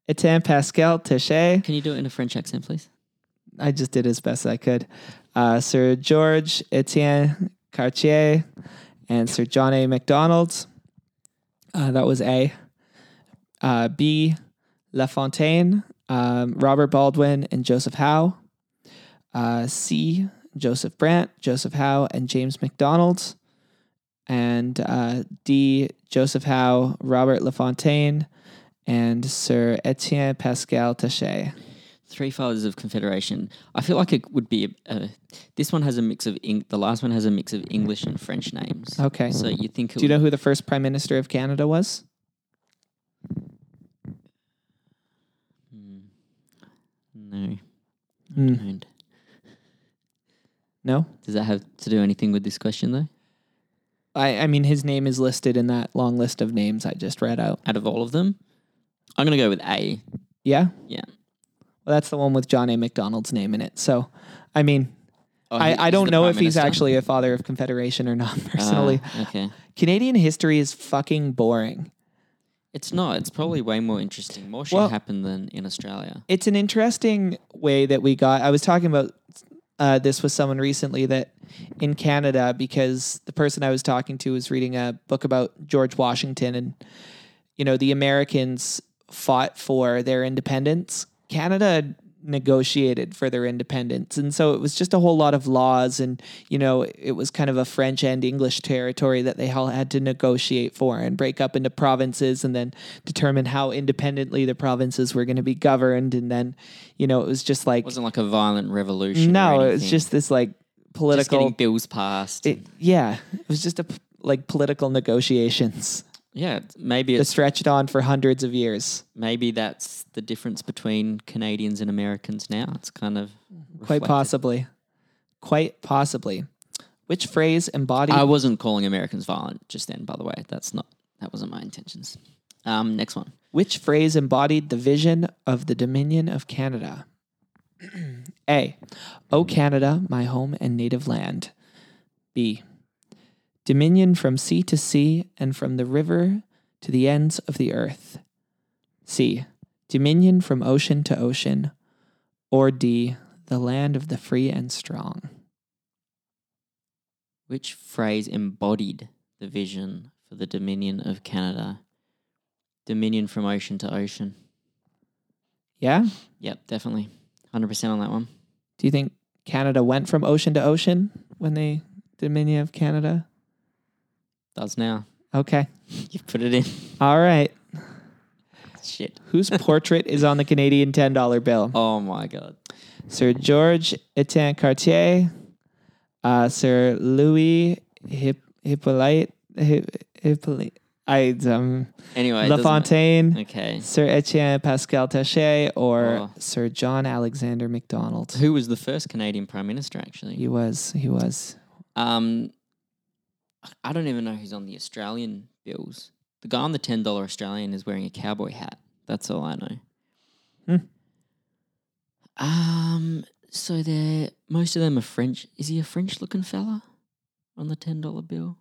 Etienne Pascal Taché. can you do it in a French accent, please? I just did as best I could. Uh, Sir George Etienne Cartier and Sir John A. MacDonald. Uh, that was A. Uh, B. LaFontaine, um, Robert Baldwin, and Joseph Howe. Uh, C. Joseph Brandt, Joseph Howe, and James MacDonald. And uh, D. Joseph Howe, Robert LaFontaine, and Sir Etienne Pascal Taché. Three fathers of Confederation. I feel like it would be. A, a, this one has a mix of. Eng- the last one has a mix of English and French names. Okay. So you think it Oh. Do you would- know who the first prime minister of Canada was? Mm. No. Hmm. Don't. No, Does that have to do anything with this question though? I, I mean his name is listed in that long list of names I just read out. Out of all of them, I'm gonna go with A. Yeah, Yeah. well, that's the one with John A. McDonald's name in it. So, I mean, Oh, he- I, I he's don't the know Prime if he's Minister? actually a father of Confederation or not. Ah, Personally, okay. Canadian history is fucking boring. It's not. It's probably way more interesting. More shit Well- happened than in Australia. It's an interesting way that we got. I was talking about uh, this with someone recently that in Canada, because the person I was talking to was reading a book about George Washington and you know, the Americans fought for their independence. Canada negotiated for their independence. And so it was just a whole lot of laws. And, you know, it was kind of a French and English territory that they all had to negotiate for and break up into provinces and then determine how independently the provinces were going to be governed. And then, you know, it was just like, It wasn't like a violent revolution. or no, it was anything. just this like Just political. getting bills passed. it, yeah, it was just a p- like political negotiations yeah, it's- maybe that it's stretched on for hundreds of years. maybe that's the difference between Canadians and Americans now. It's kind of Quite reflected. possibly. Quite possibly. Which phrase embodies I wasn't calling Americans violent just then, by the way. That's not that wasn't my intentions. Um, next one. which phrase embodied the vision of the Dominion of Canada? A. O Canada, my home and native land. B. Dominion from sea to sea and from the river to the ends of the earth. C. Dominion from ocean to ocean, or D, the land of the free and strong. Which phrase embodied the vision for the Dominion of Canada? Dominion from ocean to ocean. Yeah? Yep, definitely. 100% on that one. Do you think Canada went from ocean to ocean when they Dominion of Canada? Does now. Okay. You put it in. All right. Shit. Whose portrait is on the Canadian $10 bill? Oh my God. Sir George Etienne Cartier, uh, Sir Louis Hip- Hippolyte, Hip- Hippolyte, I, um, Anyway. it doesn't ma- LaFontaine, Okay. Sir Etienne Pascal Taché, or Oh. Sir John Alexander MacDonald. Who was the first Canadian Prime Minister, actually? He was, he was. Um, I don't even know who's on the Australian bills. The guy on the $10 Australian is wearing a cowboy hat. That's all I know. Hmm. Um, so they're, most of them are French. Is he a French looking fella on the $10 bill?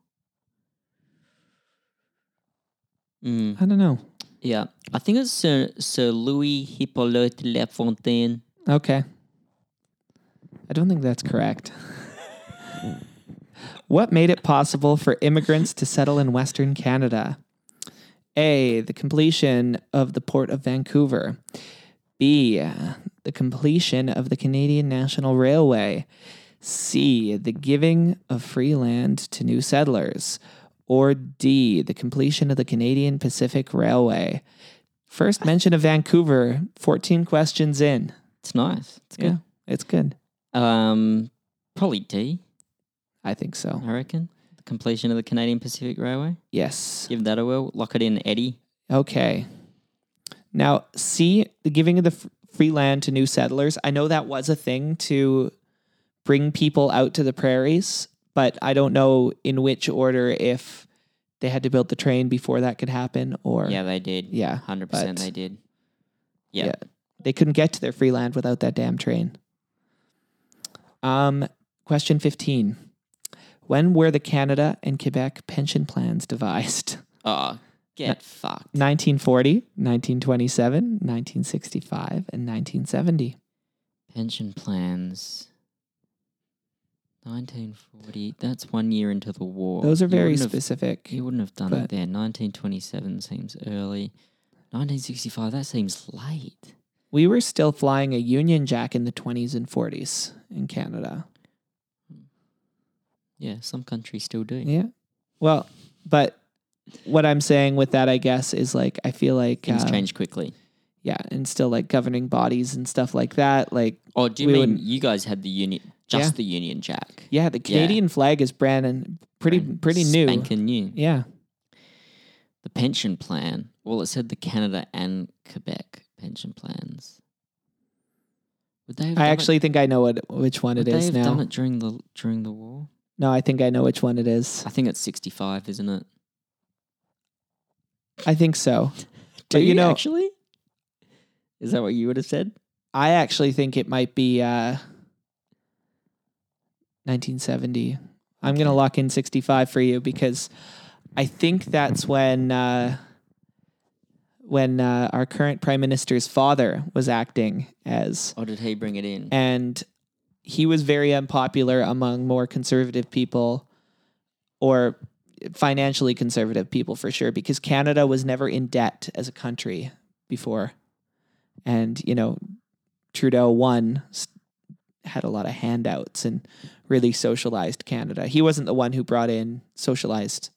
Mm. I don't know. Yeah, I think it's Sir Sir Louis Hippolyte Lafontaine. Okay. I don't think that's correct. what made it possible for immigrants to settle in Western Canada? A. The completion of the Port of Vancouver. B. The completion of the Canadian National Railway. C. The giving of free land to new settlers. Or D. The completion of the Canadian Pacific Railway. First mention of Vancouver, 14 questions in. It's nice. It's Yeah, good. it's good. Um, probably D. I think so. I reckon the completion of the Canadian Pacific Railway. Yes. Give that a whirl. Lock it in, Eddie. Okay. Now, C, the giving of the f- free land to new settlers. I know that was a thing to bring people out to the prairies, but I don't know in which order if they had to build the train before that could happen or Yeah, they did. Yeah, hundred but- percent, they did. Yeah. Yeah. they couldn't get to their free land without that damn train. Um, question 15. When were the Canada and Quebec pension plans devised? Oh, get fucked. 1940, 1927, 1965, and 1970. Pension plans. 1940. That's one year into the war. Those are You very wouldn't have- specific. You wouldn't have done but- it there. 1927 seems early. 1965, that seems late. We were still flying a Union Jack in the 20s and 40s in Canada. Yeah, some countries still do. Yeah. Well, but what I'm saying with that, I guess, is like, I feel like, Things um, change quickly. yeah, and still like governing bodies and stuff like that. Like, Oh, do you we mean wouldn't- you guys had the union, just Yeah. the Union Jack? yeah, the Canadian flag is brand and pretty, Brand pretty new. Spanking new. Yeah. The pension plan. Well, it said the Canada and Quebec pension plans. Would they have I done actually it, think I know what, which one would it they is have done now. it during the during the war? No, I think I know which one it is. I think it's 65, isn't it? I think so. But Do you know- actually? Is that what you would have said? I actually think it might be uh, 1970. I'm going to lock in 65 for you because I think that's when uh, when uh, our current prime minister's father was acting as Or did he bring it in? and he was very unpopular among more conservative people or financially conservative people for sure because Canada was never in debt as a country before and you know Trudeau won s- had a lot of handouts and really socialized Canada. He wasn't the one who brought in socialized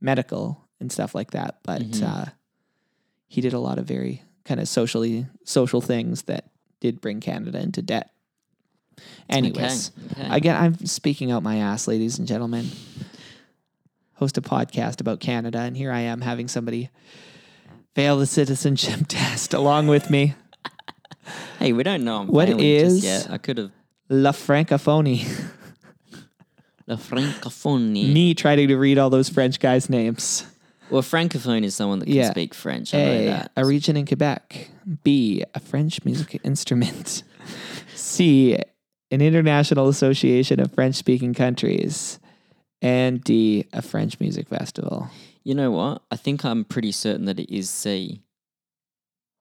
medical and stuff like that, but Mhm. uh, he did a lot of very kind of socially social things that did bring Canada into debt. Anyways, Okay, okay. again, I'm speaking out my ass, ladies and gentlemen. Host a podcast about Canada, and here I am having somebody fail the citizenship test along with me. Hey, we don't know. I'm What failing is- Just yet. I could have La Francophonie. the francophonie. Me trying to read all those French guys' names. well, francophone is someone that can Yeah. speak French. I know A. that. A region in Quebec. B. A French music instrument. C. An international association of French speaking countries. And D. A French music festival. You know what? I think I'm pretty certain that it is C.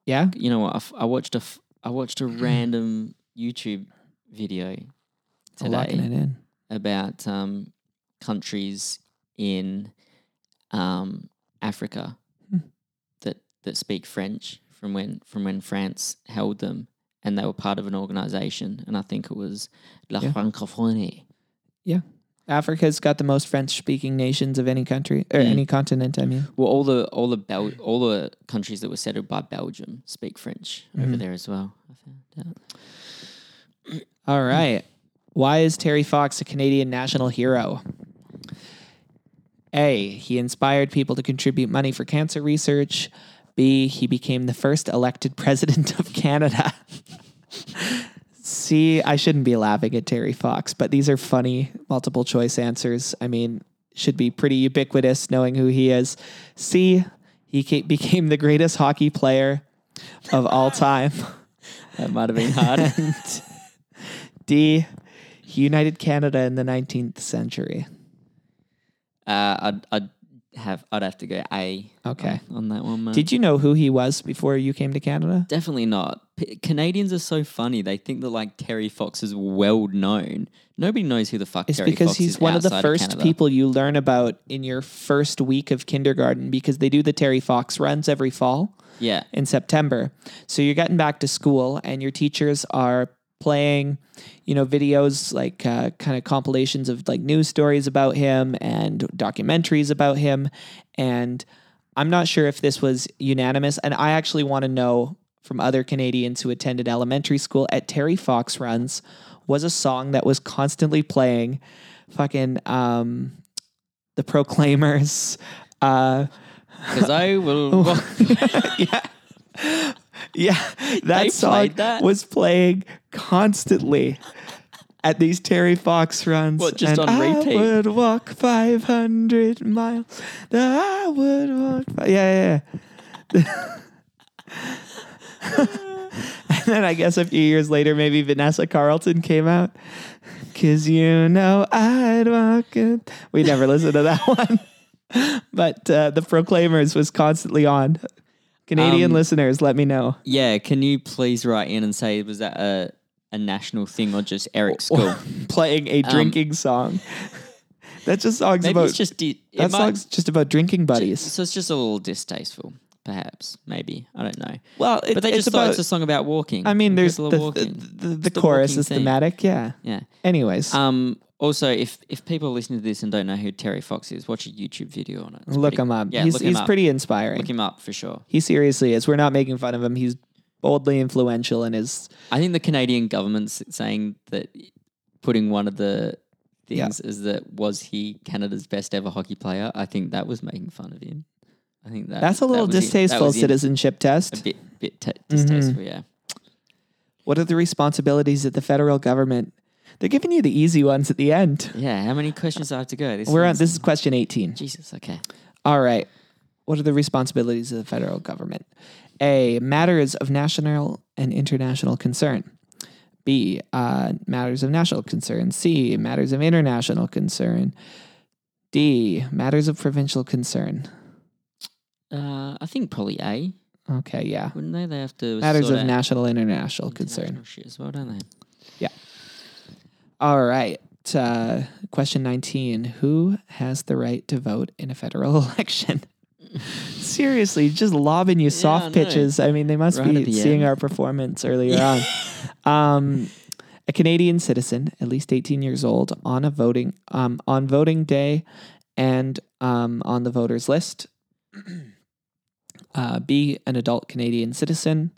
Yeah. You know what? I, f- I watched a f- I watched a random YouTube video I'm locking today it in. about um, countries in um, Africa Hmm. that that speak French from when from when France held them, and they were part of an organisation, and I think it was La Yeah. Francophonie. Africa's got the most French speaking nations of any country or Mm. any continent, I mean. Well, all the all the Bel- all the countries that were settled by Belgium speak French over Mhm. there as well. I found out. All right. Why is Terry Fox a Canadian national hero? A. He inspired people to contribute money for cancer research. B. He became the first elected president of Canada. C. I shouldn't be laughing at Terry Fox, but these are funny multiple choice answers. I mean, should be pretty ubiquitous knowing who he is. C. He ca- became the greatest hockey player of all time. That might have been hard. And D, he united Canada in the 19th century. Uh, I'd, I'd have I'd have to go A. Okay. on, on that one. Man. Mm-hmm. Did you know who he was before you came to Canada? Definitely not. P- Canadians are so funny. They think that like Terry Fox is well known. Nobody knows who the fuck It's Terry because Fox he's is one of the outside first Canada. people you learn about in your first week of kindergarten because they do the Terry Fox runs every fall. Yeah, in September. So you're getting back to school, and your teachers are playing, you know, videos like uh, kind of compilations of like news stories about him and documentaries about him. And I'm not sure if this was unanimous. And I actually want to know from other Canadians who attended elementary school at Terry Fox Runs was a song that was constantly playing fucking um, the Proclaimers. Uh, because I will. well, Oh. yeah. Yeah. That They song played that? was playing constantly at these Terry Fox runs. What, just and on I repeat? would walk 500 miles. I would walk. Fi- yeah, yeah, yeah. and then I guess a few years later, maybe Vanessa Carlton came out. Cause you know I'd walk it. We never listened to that one. But uh, the Proclaimers was constantly on. Canadian Um, listeners, let me know. yeah, can you please write in and say was that a a national thing or just Eric's school? Playing a drinking song. That's just songs um, Maybe about it's just de- it that might- song's just about drinking buddies. So it's just a little distasteful, perhaps. Maybe I don't know. Well, it, But they it's just thought about. it's a song about walking. I mean, and there's the people are the, walking. the, the the chorus walking is thing. thematic. Yeah. yeah. Anyways, Um. Also, if if people listening to this and don't know who Terry Fox is, watch a YouTube video on it. It's look pretty- him up. Yeah, he's look him he's up. pretty inspiring. Look him up for sure. he seriously is. We're not making fun of him. He's boldly influential in his I think the Canadian government's saying that putting one of the things is that was he Canada's best ever hockey player. I think that was making fun of him. I think that That's a that little was in- that distasteful Mm-hmm. was in citizenship A test. bit bit t- distasteful. Yeah. What are the responsibilities of the federal government? They're giving you the easy ones at the end. Yeah. How many questions do I have to go? This We're on one's- this is question 18. Jesus. Okay. All right. What are the responsibilities of the federal government? A. Matters of national and international concern. B. Uh, matters of national concern. C. Matters of international concern. D. Matters of provincial concern. Uh, I think probably A. Okay, yeah. Wouldn't they? They have to Matters sort of out national, international concern. international shit as well, don't they? All right. Uh, question 19 Who has the right to vote in a federal election? Seriously, just lobbing you soft I know. pitches. I mean, they must Right at be the seeing end. our performance earlier on. Um, a Canadian citizen, at least 18 years old, on a voting um, on voting day and um, on the voters list. uh, B, an adult Canadian citizen.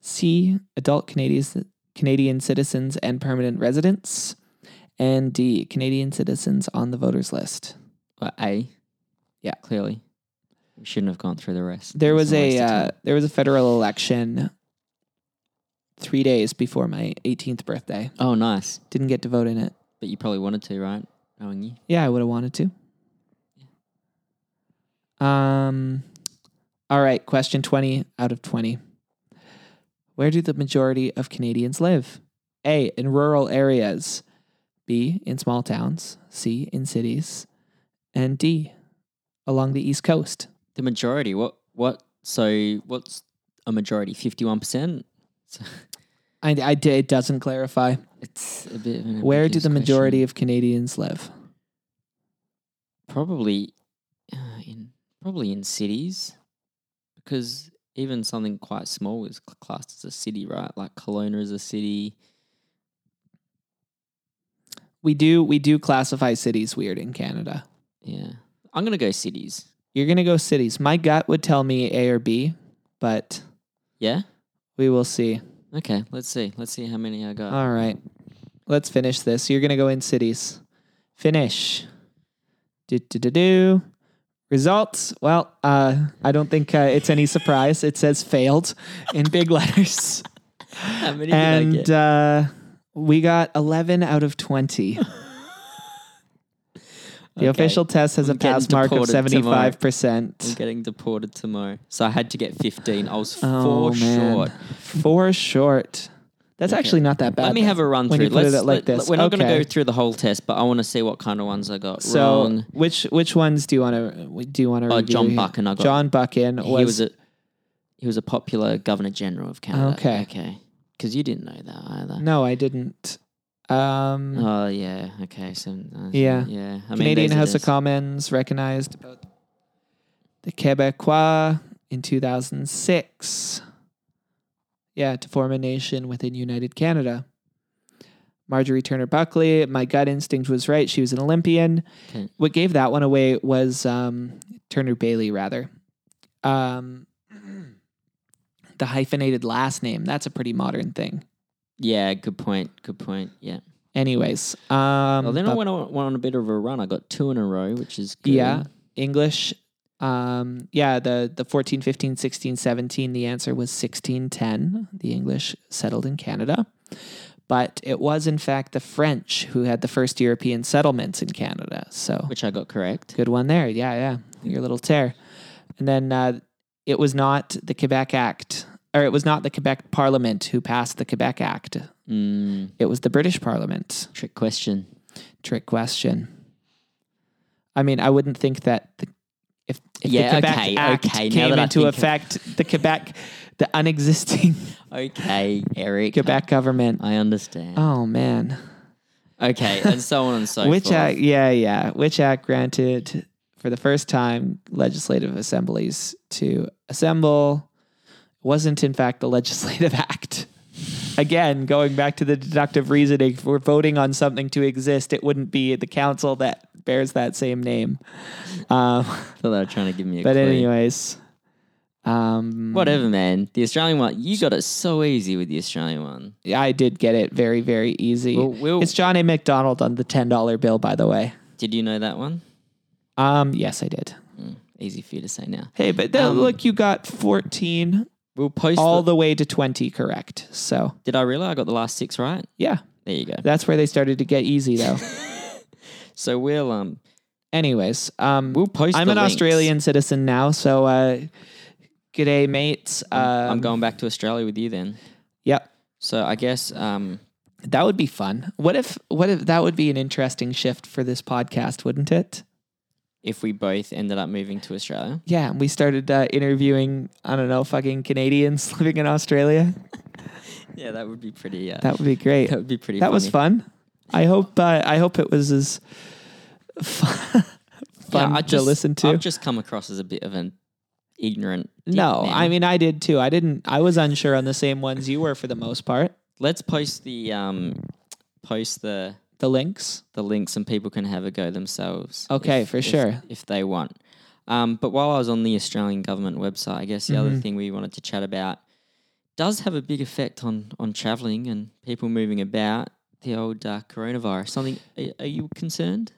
C, adult Canadians, Canadian citizens and permanent residents. And D, Canadian citizens on the voters list. Well, A. Yeah. Clearly. We shouldn't have gone through the rest. There It was a waste of time. uh, there was a federal election three days before my 18th birthday. oh, nice. Didn't get to vote in it. But you probably wanted to, right? Knowing you. Yeah, I would have wanted to. Um, all right, question 20 out of 20. Where do the majority of Canadians live? A, in rural areas, B, in small towns, C, in cities, and D, along the East Coast. The majority. What? What? So what's a majority, fifty-one percent. I, I d- it doesn't clarify. It's a bit. Of an Where do ambiguous the majority question. of Canadians live? probably uh, in probably in cities because even something quite small is cl- classed as a city, right? Like Kelowna is a city. We do we do classify cities weird in Canada. Yeah, I'm gonna go cities. You're gonna go cities. My gut would tell me A or B, but Yeah. we will see. Okay. Let's see. Let's see how many I got. All right, let's finish this. You're gonna go in cities. Finish. Do do do do. Results. Well, uh, I don't think uh, it's any surprise. It says failed in big letters, how many did I and get? uh, we got 11 out of 20. The Okay. official test has I'm a pass getting mark of deported tomorrow. 75%. I'm getting deported tomorrow, so I had to get 15. I was Oh, four man. short. Four short. That's Okay. actually not that bad. Let me then, have a run when through. You put Let's- it like let- this. We're not going Okay. to go through the whole test, but I want to see what kind of ones I got So wrong. which which ones do you want to do you want to? Oh, John review? Buchan, I got- John Buchan was, he was a he was a popular governor general of Canada. Okay. okay, because you didn't know that either. no, I didn't. Um, Oh yeah, okay. So uh, Yeah. yeah. I mean, Canadian those are House of just- Commons recognized about the Quebecois in 2006. Yeah, to form a nation within United Canada. Marjorie Turner Buckley, my gut instinct was right. She was an Olympian. Okay. What gave that one away was um, Turner Bailey, rather. Um, the hyphenated last name. That's a pretty modern thing. Yeah, good point. Good point. Yeah. Anyways, um, well, then but- I went on, went on a bit of a run. I got two in a row, which is good. Yeah. English. Um, yeah, the, the 14, 15, 16, 17, the answer was 1610. The English settled in Canada. But it was, in fact, the French who had the first European settlements in Canada. So which I got correct. good one there. Yeah, yeah. Your little tear. And then uh, it was not the Quebec Act, or it was not the Quebec Parliament who passed the Quebec Act. Mm, It was the British Parliament trick question. trick question. I mean, I wouldn't think that the, if, if Yeah, the Quebec okay, Act okay, now came that I into think of- effect, the Quebec, the unexisting Okay, Eric. Quebec government. I understand. Oh man, Okay, and so on and so which uh, forth. act? Yeah, yeah. Which act granted for the first time legislative assemblies to assemble? Wasn't in fact the legislative act. Again, going back to the deductive reasoning, if we're voting on something to exist, it wouldn't be the council that bears that same name. Um, I thought they were trying to give me a But clue. anyways, um, Whatever, man. The Australian one, you got it so easy with the Australian one. I did get it very very easy. Well, we'll- it's John A. McDonald on the ten dollar bill, by the way. Did you know that one? Um, yes, I did. Mm, easy for you to say now. Hey, but then, Um, look, you got fourteen We'll post all all. the way to twenty, correct? So Did I realize I got the last six right? yeah, There you go. that's where they started to get easy though. So we'll um anyways, um, we'll post. I'm the an links. Australian citizen now, so uh, g'day mates. Um, I'm going back to Australia with you then. Yep. So I guess um That would be fun. What if what if that would be an interesting shift for this podcast, wouldn't it? if we both ended up moving to Australia, Yeah, and we started uh, interviewing, I don't know, fucking Canadians living in Australia. yeah, that would be pretty. Uh, that, That would be great. would be pretty. That was funny. fun. I hope uh, I hope it was as fun, Yeah, fun I to just- listen to. I've just come across as a bit of an ignorant. dick no, now. I mean I did too. I didn't I was unsure on the same ones you were for the most part. let's post the um post the The links. the links and people can have a go themselves. Okay, if- for if- sure. If they want. Um, but while I was on the Australian government website, I guess the Mm-hmm. other thing we wanted to chat about does have a big effect on on travelling and people moving about. The old uh, coronavirus. Something. Are, are you concerned?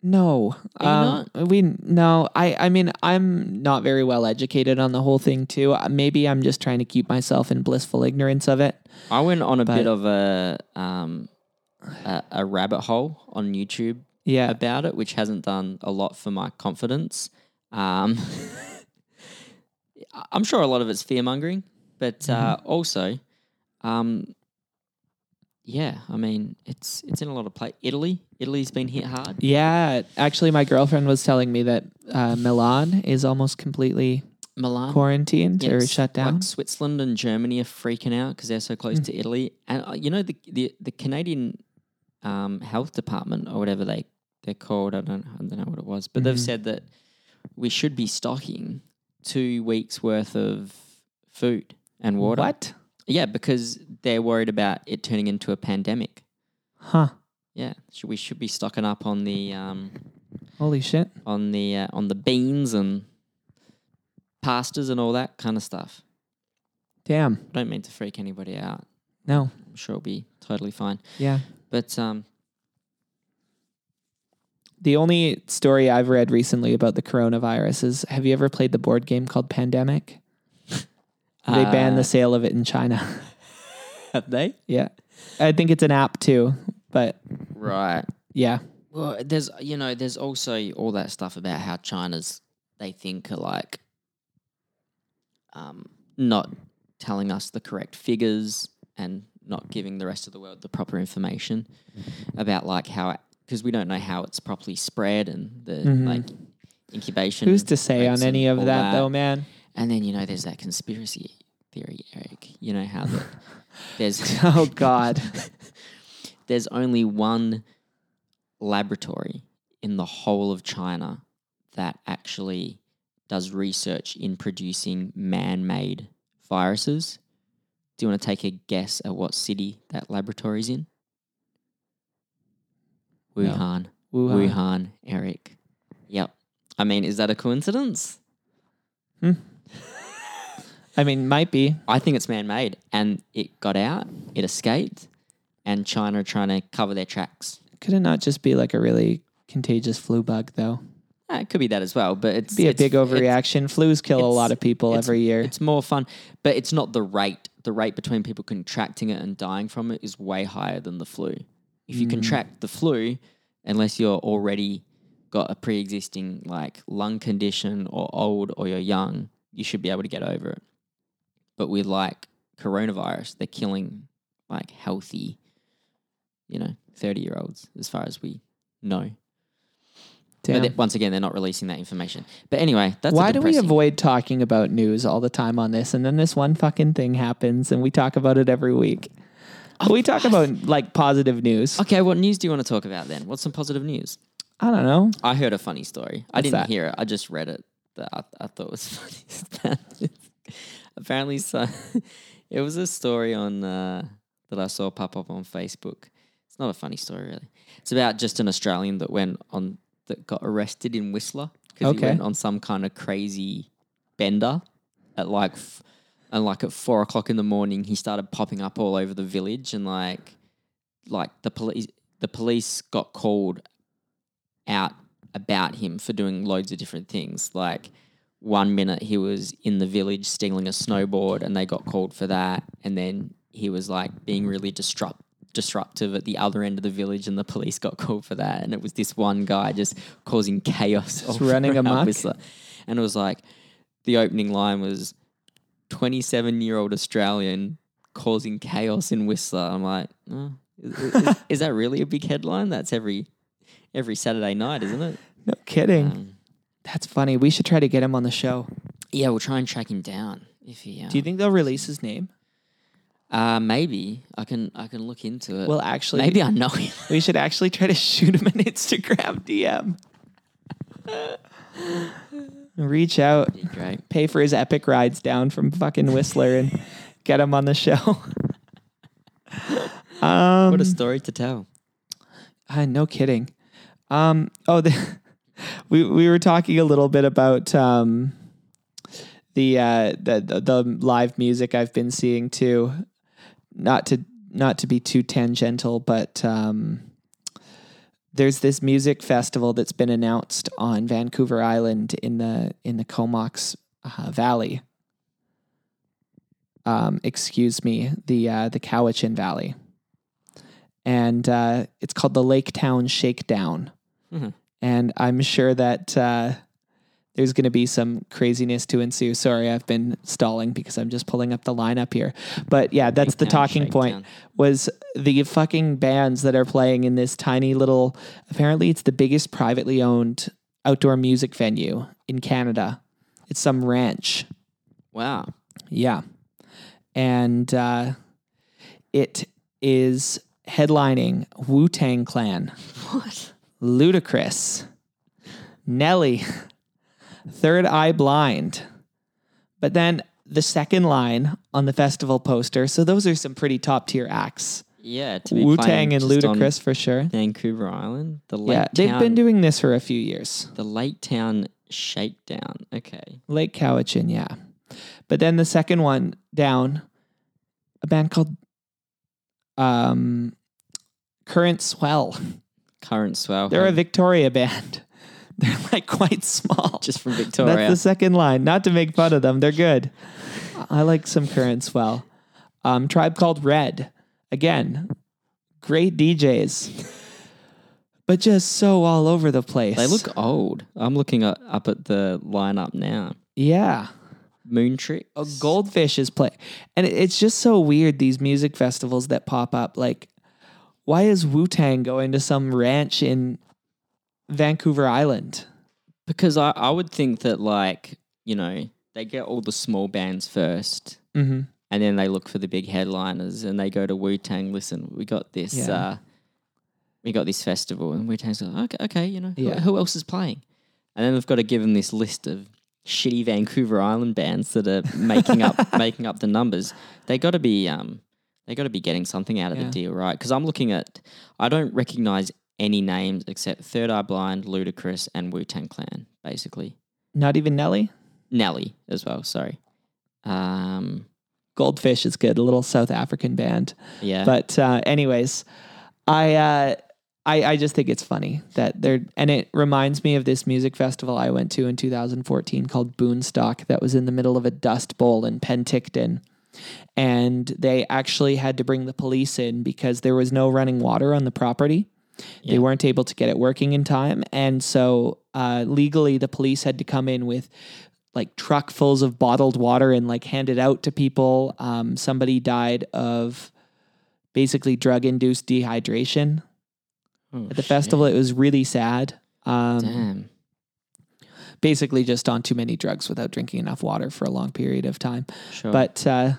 No. Are you um, we no, I I mean I'm not very well educated on the whole thing too. Uh, Maybe I'm just trying to keep myself in blissful ignorance of it. I went on a But- bit of a um a, a rabbit hole on YouTube Yeah. about it, which hasn't done a lot for my confidence. Um, I- I'm sure a lot of it's fear mongering, but uh, also, um, yeah, I mean, it's it's in a lot of play. Italy, Italy's been hit hard. Yeah, actually, my girlfriend was telling me that uh, Milan is almost completely Milan. quarantined Yeah, or s- shut down. Mm. Like Switzerland and Germany are freaking out because they're so close to Italy. And uh, you know the the, the Canadian um, health department or whatever they they're called. I don't I don't know what it was, but Mhm. they've said that we should be stocking two weeks worth of food and water. What? Yeah, because they're worried about it turning into a pandemic. Huh. Yeah, should, we should be stocking up on the um, Holy shit. on the uh, on the beans and pastas and all that kind of stuff. Damn. I don't mean to freak anybody out. No. I'm sure it'll be totally fine. Yeah. But um, The only story I've read recently about the coronavirus is have you ever played the board game called Pandemic? They banned uh, the sale of it in China. Have they? yeah. I think it's an app too, but Right. yeah. Well, there's you know there's also all that stuff about how China's they think are like um, not telling us the correct figures and not giving the rest of the world the proper information about like how because we don't know how it's properly spread and the Mhm. like incubation. Who's to say rates on any and of all that, though, man? And then you know there's that conspiracy theory, Eric. You know how that there's Oh, God. there's only one laboratory in the whole of China that actually does research in producing man-made viruses. Do you want to take a guess at what city that laboratory's in? No. Wuhan. Wuhan. Wuhan, Eric. Yep. I mean, is that a coincidence? I mean, might be. I think it's man made. And it got out, it escaped, and China are trying to cover their tracks. Could it not just be like a really contagious flu bug, though? Ah, it could be that as well, but it's Be a it's- big it's- overreaction. Flus kill a it's- lot of people it's- every year. It's more fun, but it's not the rate. The rate between people contracting it and dying from it is way higher than the flu. If Mm. you contract the flu, unless you're already got a pre existing like lung condition or old or you're young, you should be able to get over it. But with like coronavirus, they're killing like healthy, you know, 30 year olds as far as we know. But Damn. they- once again, they're not releasing that information. But anyway, that's a Why do we depressing- avoid talking about news all the time on this? And then this one fucking thing happens and we talk about it every week. we talk about like positive news. Okay, what news do you want to talk about then? What's some positive news? I don't know. I heard a funny story. I didn't that? hear it. I just read it. That I, I thought was funny. Apparently, so it was a story on uh, that I saw pop up on Facebook. It's not a funny story really. It's about just an Australian that went on that got arrested in Whistler because Okay. he went on some kind of crazy bender at like f- and like at four o'clock in the morning. He started popping up all over the village and like like the police the police got called out about him for doing loads of different things like one minute he was in the village stealing a snowboard and they got called for that and then he was like being really disrupt disruptive at the other end of the village and the police got called for that and it was this one guy just causing chaos just running amok? and it was like the opening line was 27 year old Australian causing chaos in Whistler. I'm like, oh, is, is- is that really a big headline? That's every every Saturday night, isn't it? No kidding. Um, That's funny. We should try to get him on the show. yeah, we'll try and track him down if he. Uh, Do you think they'll release his name? uh, maybe I can I can look into it. Well, actually, Uh, maybe I know him. we should actually try to shoot him an Instagram DM. Reach out, Be Great. pay for his epic rides down from fucking Whistler and get him on the show. um, What a story to tell. Uh, no kidding. Um, oh, the, we we were talking a little bit about um, the, uh, the the the live music I've been seeing too. Not to not to be too tangential, but um, there's this music festival that's been announced on Vancouver Island in the in the Comox uh, Valley. Um, excuse me, the uh, the Cowichan Valley and uh, it's called the Lake Town Shakedown. Mhm. And I'm sure that uh, there's going to be some craziness to ensue. Sorry, I've been stalling because I'm just pulling up the lineup here. But yeah, that's the Town talking point Shakedown. was the fucking bands that are playing in this tiny little. Apparently, it's the biggest privately owned outdoor music venue in Canada. It's some ranch. Wow. Yeah. And uh, it is headlining Wu Tang Clan, What? Ludacris, Nelly, Third Eye Blind. But then the second line on the festival poster. So those are some pretty top tier acts. Yeah. To be Wu playing Tang and just on Ludacris for sure. Vancouver Island. The late Yeah, they've town, been doing this for a few years. the late town shakedown. Okay. Lake Cowichan, yeah. But then the second one down, a band called um, Current Swell. Current swell. They're a Victoria band. They're like quite small. just from That's Victoria. the second line. Not to make fun of them, they're good. I like some Current Swell. Um, Tribe Called Red. Again, great DJs, but just so all over the place. they look old. I'm looking up, up at the lineup now. yeah. Moon Trick. a goldfish is playing and it- it's just so weird these music festivals that pop up like why is wu-tang going to some ranch in vancouver island Because I, I would think that like, you know, they get all the small bands first mm-hmm. and then they look for the big headliners and they go to Wu Tang, listen, we got this Yeah. uh we got this festival and Wu Tang's like, okay, okay, you know, who, Yeah. who else is playing? And then they've got to give them this list of shitty Vancouver Island bands that are making up making up the numbers. They got to be um they got to be getting something out of Yeah. the deal, right? Because I'm looking at I don't recognize any names except Third Eye Blind, Ludacris, and Wu Tang Clan, basically. not even nelly Nelly as well. Sorry. Um, goldfish is good a little south african band yeah. but uh, anyways i uh I, I just think it's funny that they're and it reminds me of this music festival I went to in 2014 called Boonstock that was in the middle of a dust bowl in Penticton. And they actually had to bring the police in because there was no running water on the property. They Yeah. weren't able to get it working in time. And so uh, legally, the police had to come in with like truckfuls of bottled water and like hand it out to people. Um, somebody died of basically drug induced dehydration Oh, at the shit. festival. It was really sad. Um, Damn. basically, just on too many drugs without drinking enough water for a long period of time. Sure. But uh,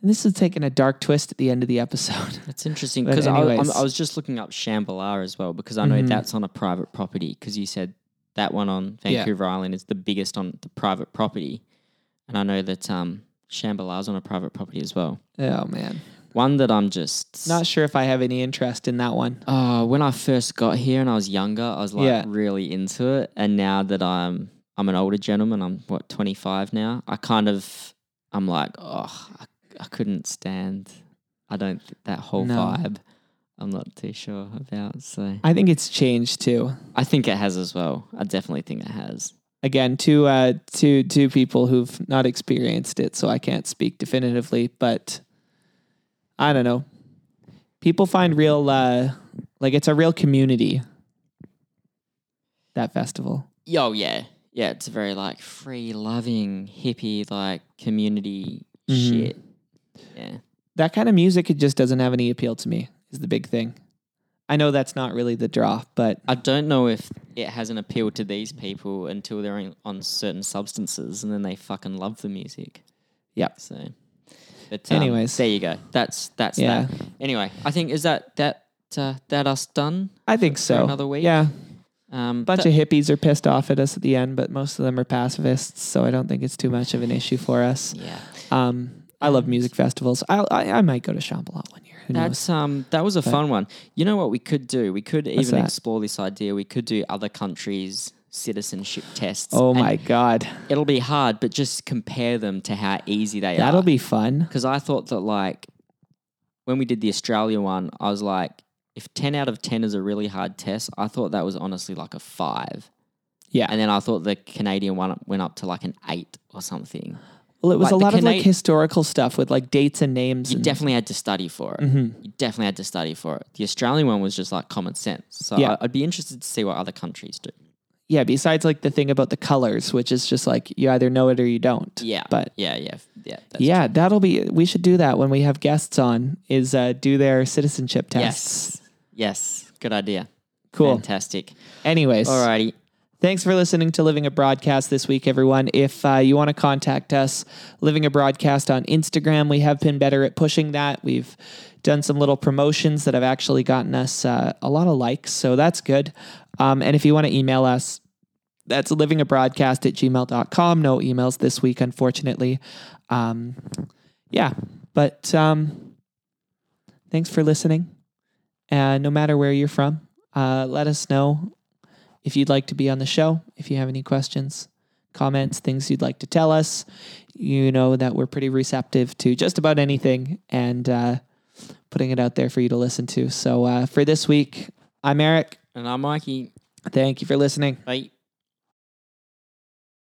and this is taking a dark twist at the end of the episode. that's interesting but because I, I'm- anyways. I was just looking up Shambhala as well because I know Mhm. that's on a private property because you said that one on Yeah. Vancouver Island is the biggest on the private property, and I know that um Shambhala's on a private property as well. oh man, One that I'm just not sure if I have any interest in that one. Oh, when I first got here and I was younger, I was like Yeah. really into it. And now that I'm I'm an older gentleman, I'm what 25 now. I kind of I'm like, oh, I, I couldn't stand. I don't th- that whole No. vibe. I'm not too sure about. So I think it's changed too. I think it has as well. I definitely think it has. Again, to uh, to two people who've not experienced it, so I can't speak definitively. But I don't know. People find real uh, like it's a real community. That festival. Yo, yeah, yeah. It's very like free loving hippie like community Mhm. shit. Yeah. that kind of music it just doesn't have any appeal to me is the big thing i know that's not really the draw but I don't know if it has an appeal to these people until they're in- on certain substances and then they fucking love the music. Yep. So, but um, Anyways. there you go. That's that's Yeah. that. Anyway, I think is that that uh, that us done. i think so another week? yeah Um, a bunch that- of hippies are pissed off at us at the end but most of them are pacifists so i don't think it's too much of an issue for us yeah. um, i love music festivals I'll, i i might go to shambhala one year who knows That's um that was a fun one. You know what we could do? We could even that? explore this idea. We could do other countries' citizenship tests. oh and my god It'll be hard, but just compare them to how easy they are. that'll be fun because I thought that like when we did the Australia one, I was like, if ten out of ten is a really hard test, I thought that was honestly like a five. Yeah. and then I thought the Canadian one went up to like an eight or something. well it was like a the lot of like Canadi- historical stuff with like dates and names You and- definitely had to study for it. Mm-hmm. You definitely had to study for it. The Australian one was just like common sense. So Yeah. I, I'd be interested to see what other countries do. yeah besides like the thing about the colors which is just like you either know it or you don't Yeah, but yeah, yeah, yeah. That's yeah, that'll be. We should do that when we have guests on. Is uh, do their citizenship tests. Yes. Yes. Good idea. Cool. Fantastic. Anyways, Alrighty. Thanks for listening to Living a Broadcast this week, everyone. If uh, you want to contact us, Living a Broadcast on Instagram, we have been better at pushing that. We've done some little promotions that have actually gotten us uh, a lot of likes, so that's good. Um, and if you want to email us, that's livingabroadcast at gmail.com. No emails this week, unfortunately. Um, yeah, but um, thanks for listening. Uh, no matter where you're from, uh, let us know if you'd like to be on the show, if you have any questions, comments, things you'd like to tell us. You know that we're pretty receptive to just about anything and uh, putting it out there for you to listen to. So uh, for this week, I'm Eric. And I'm Mikey. Thank you for listening. Bye.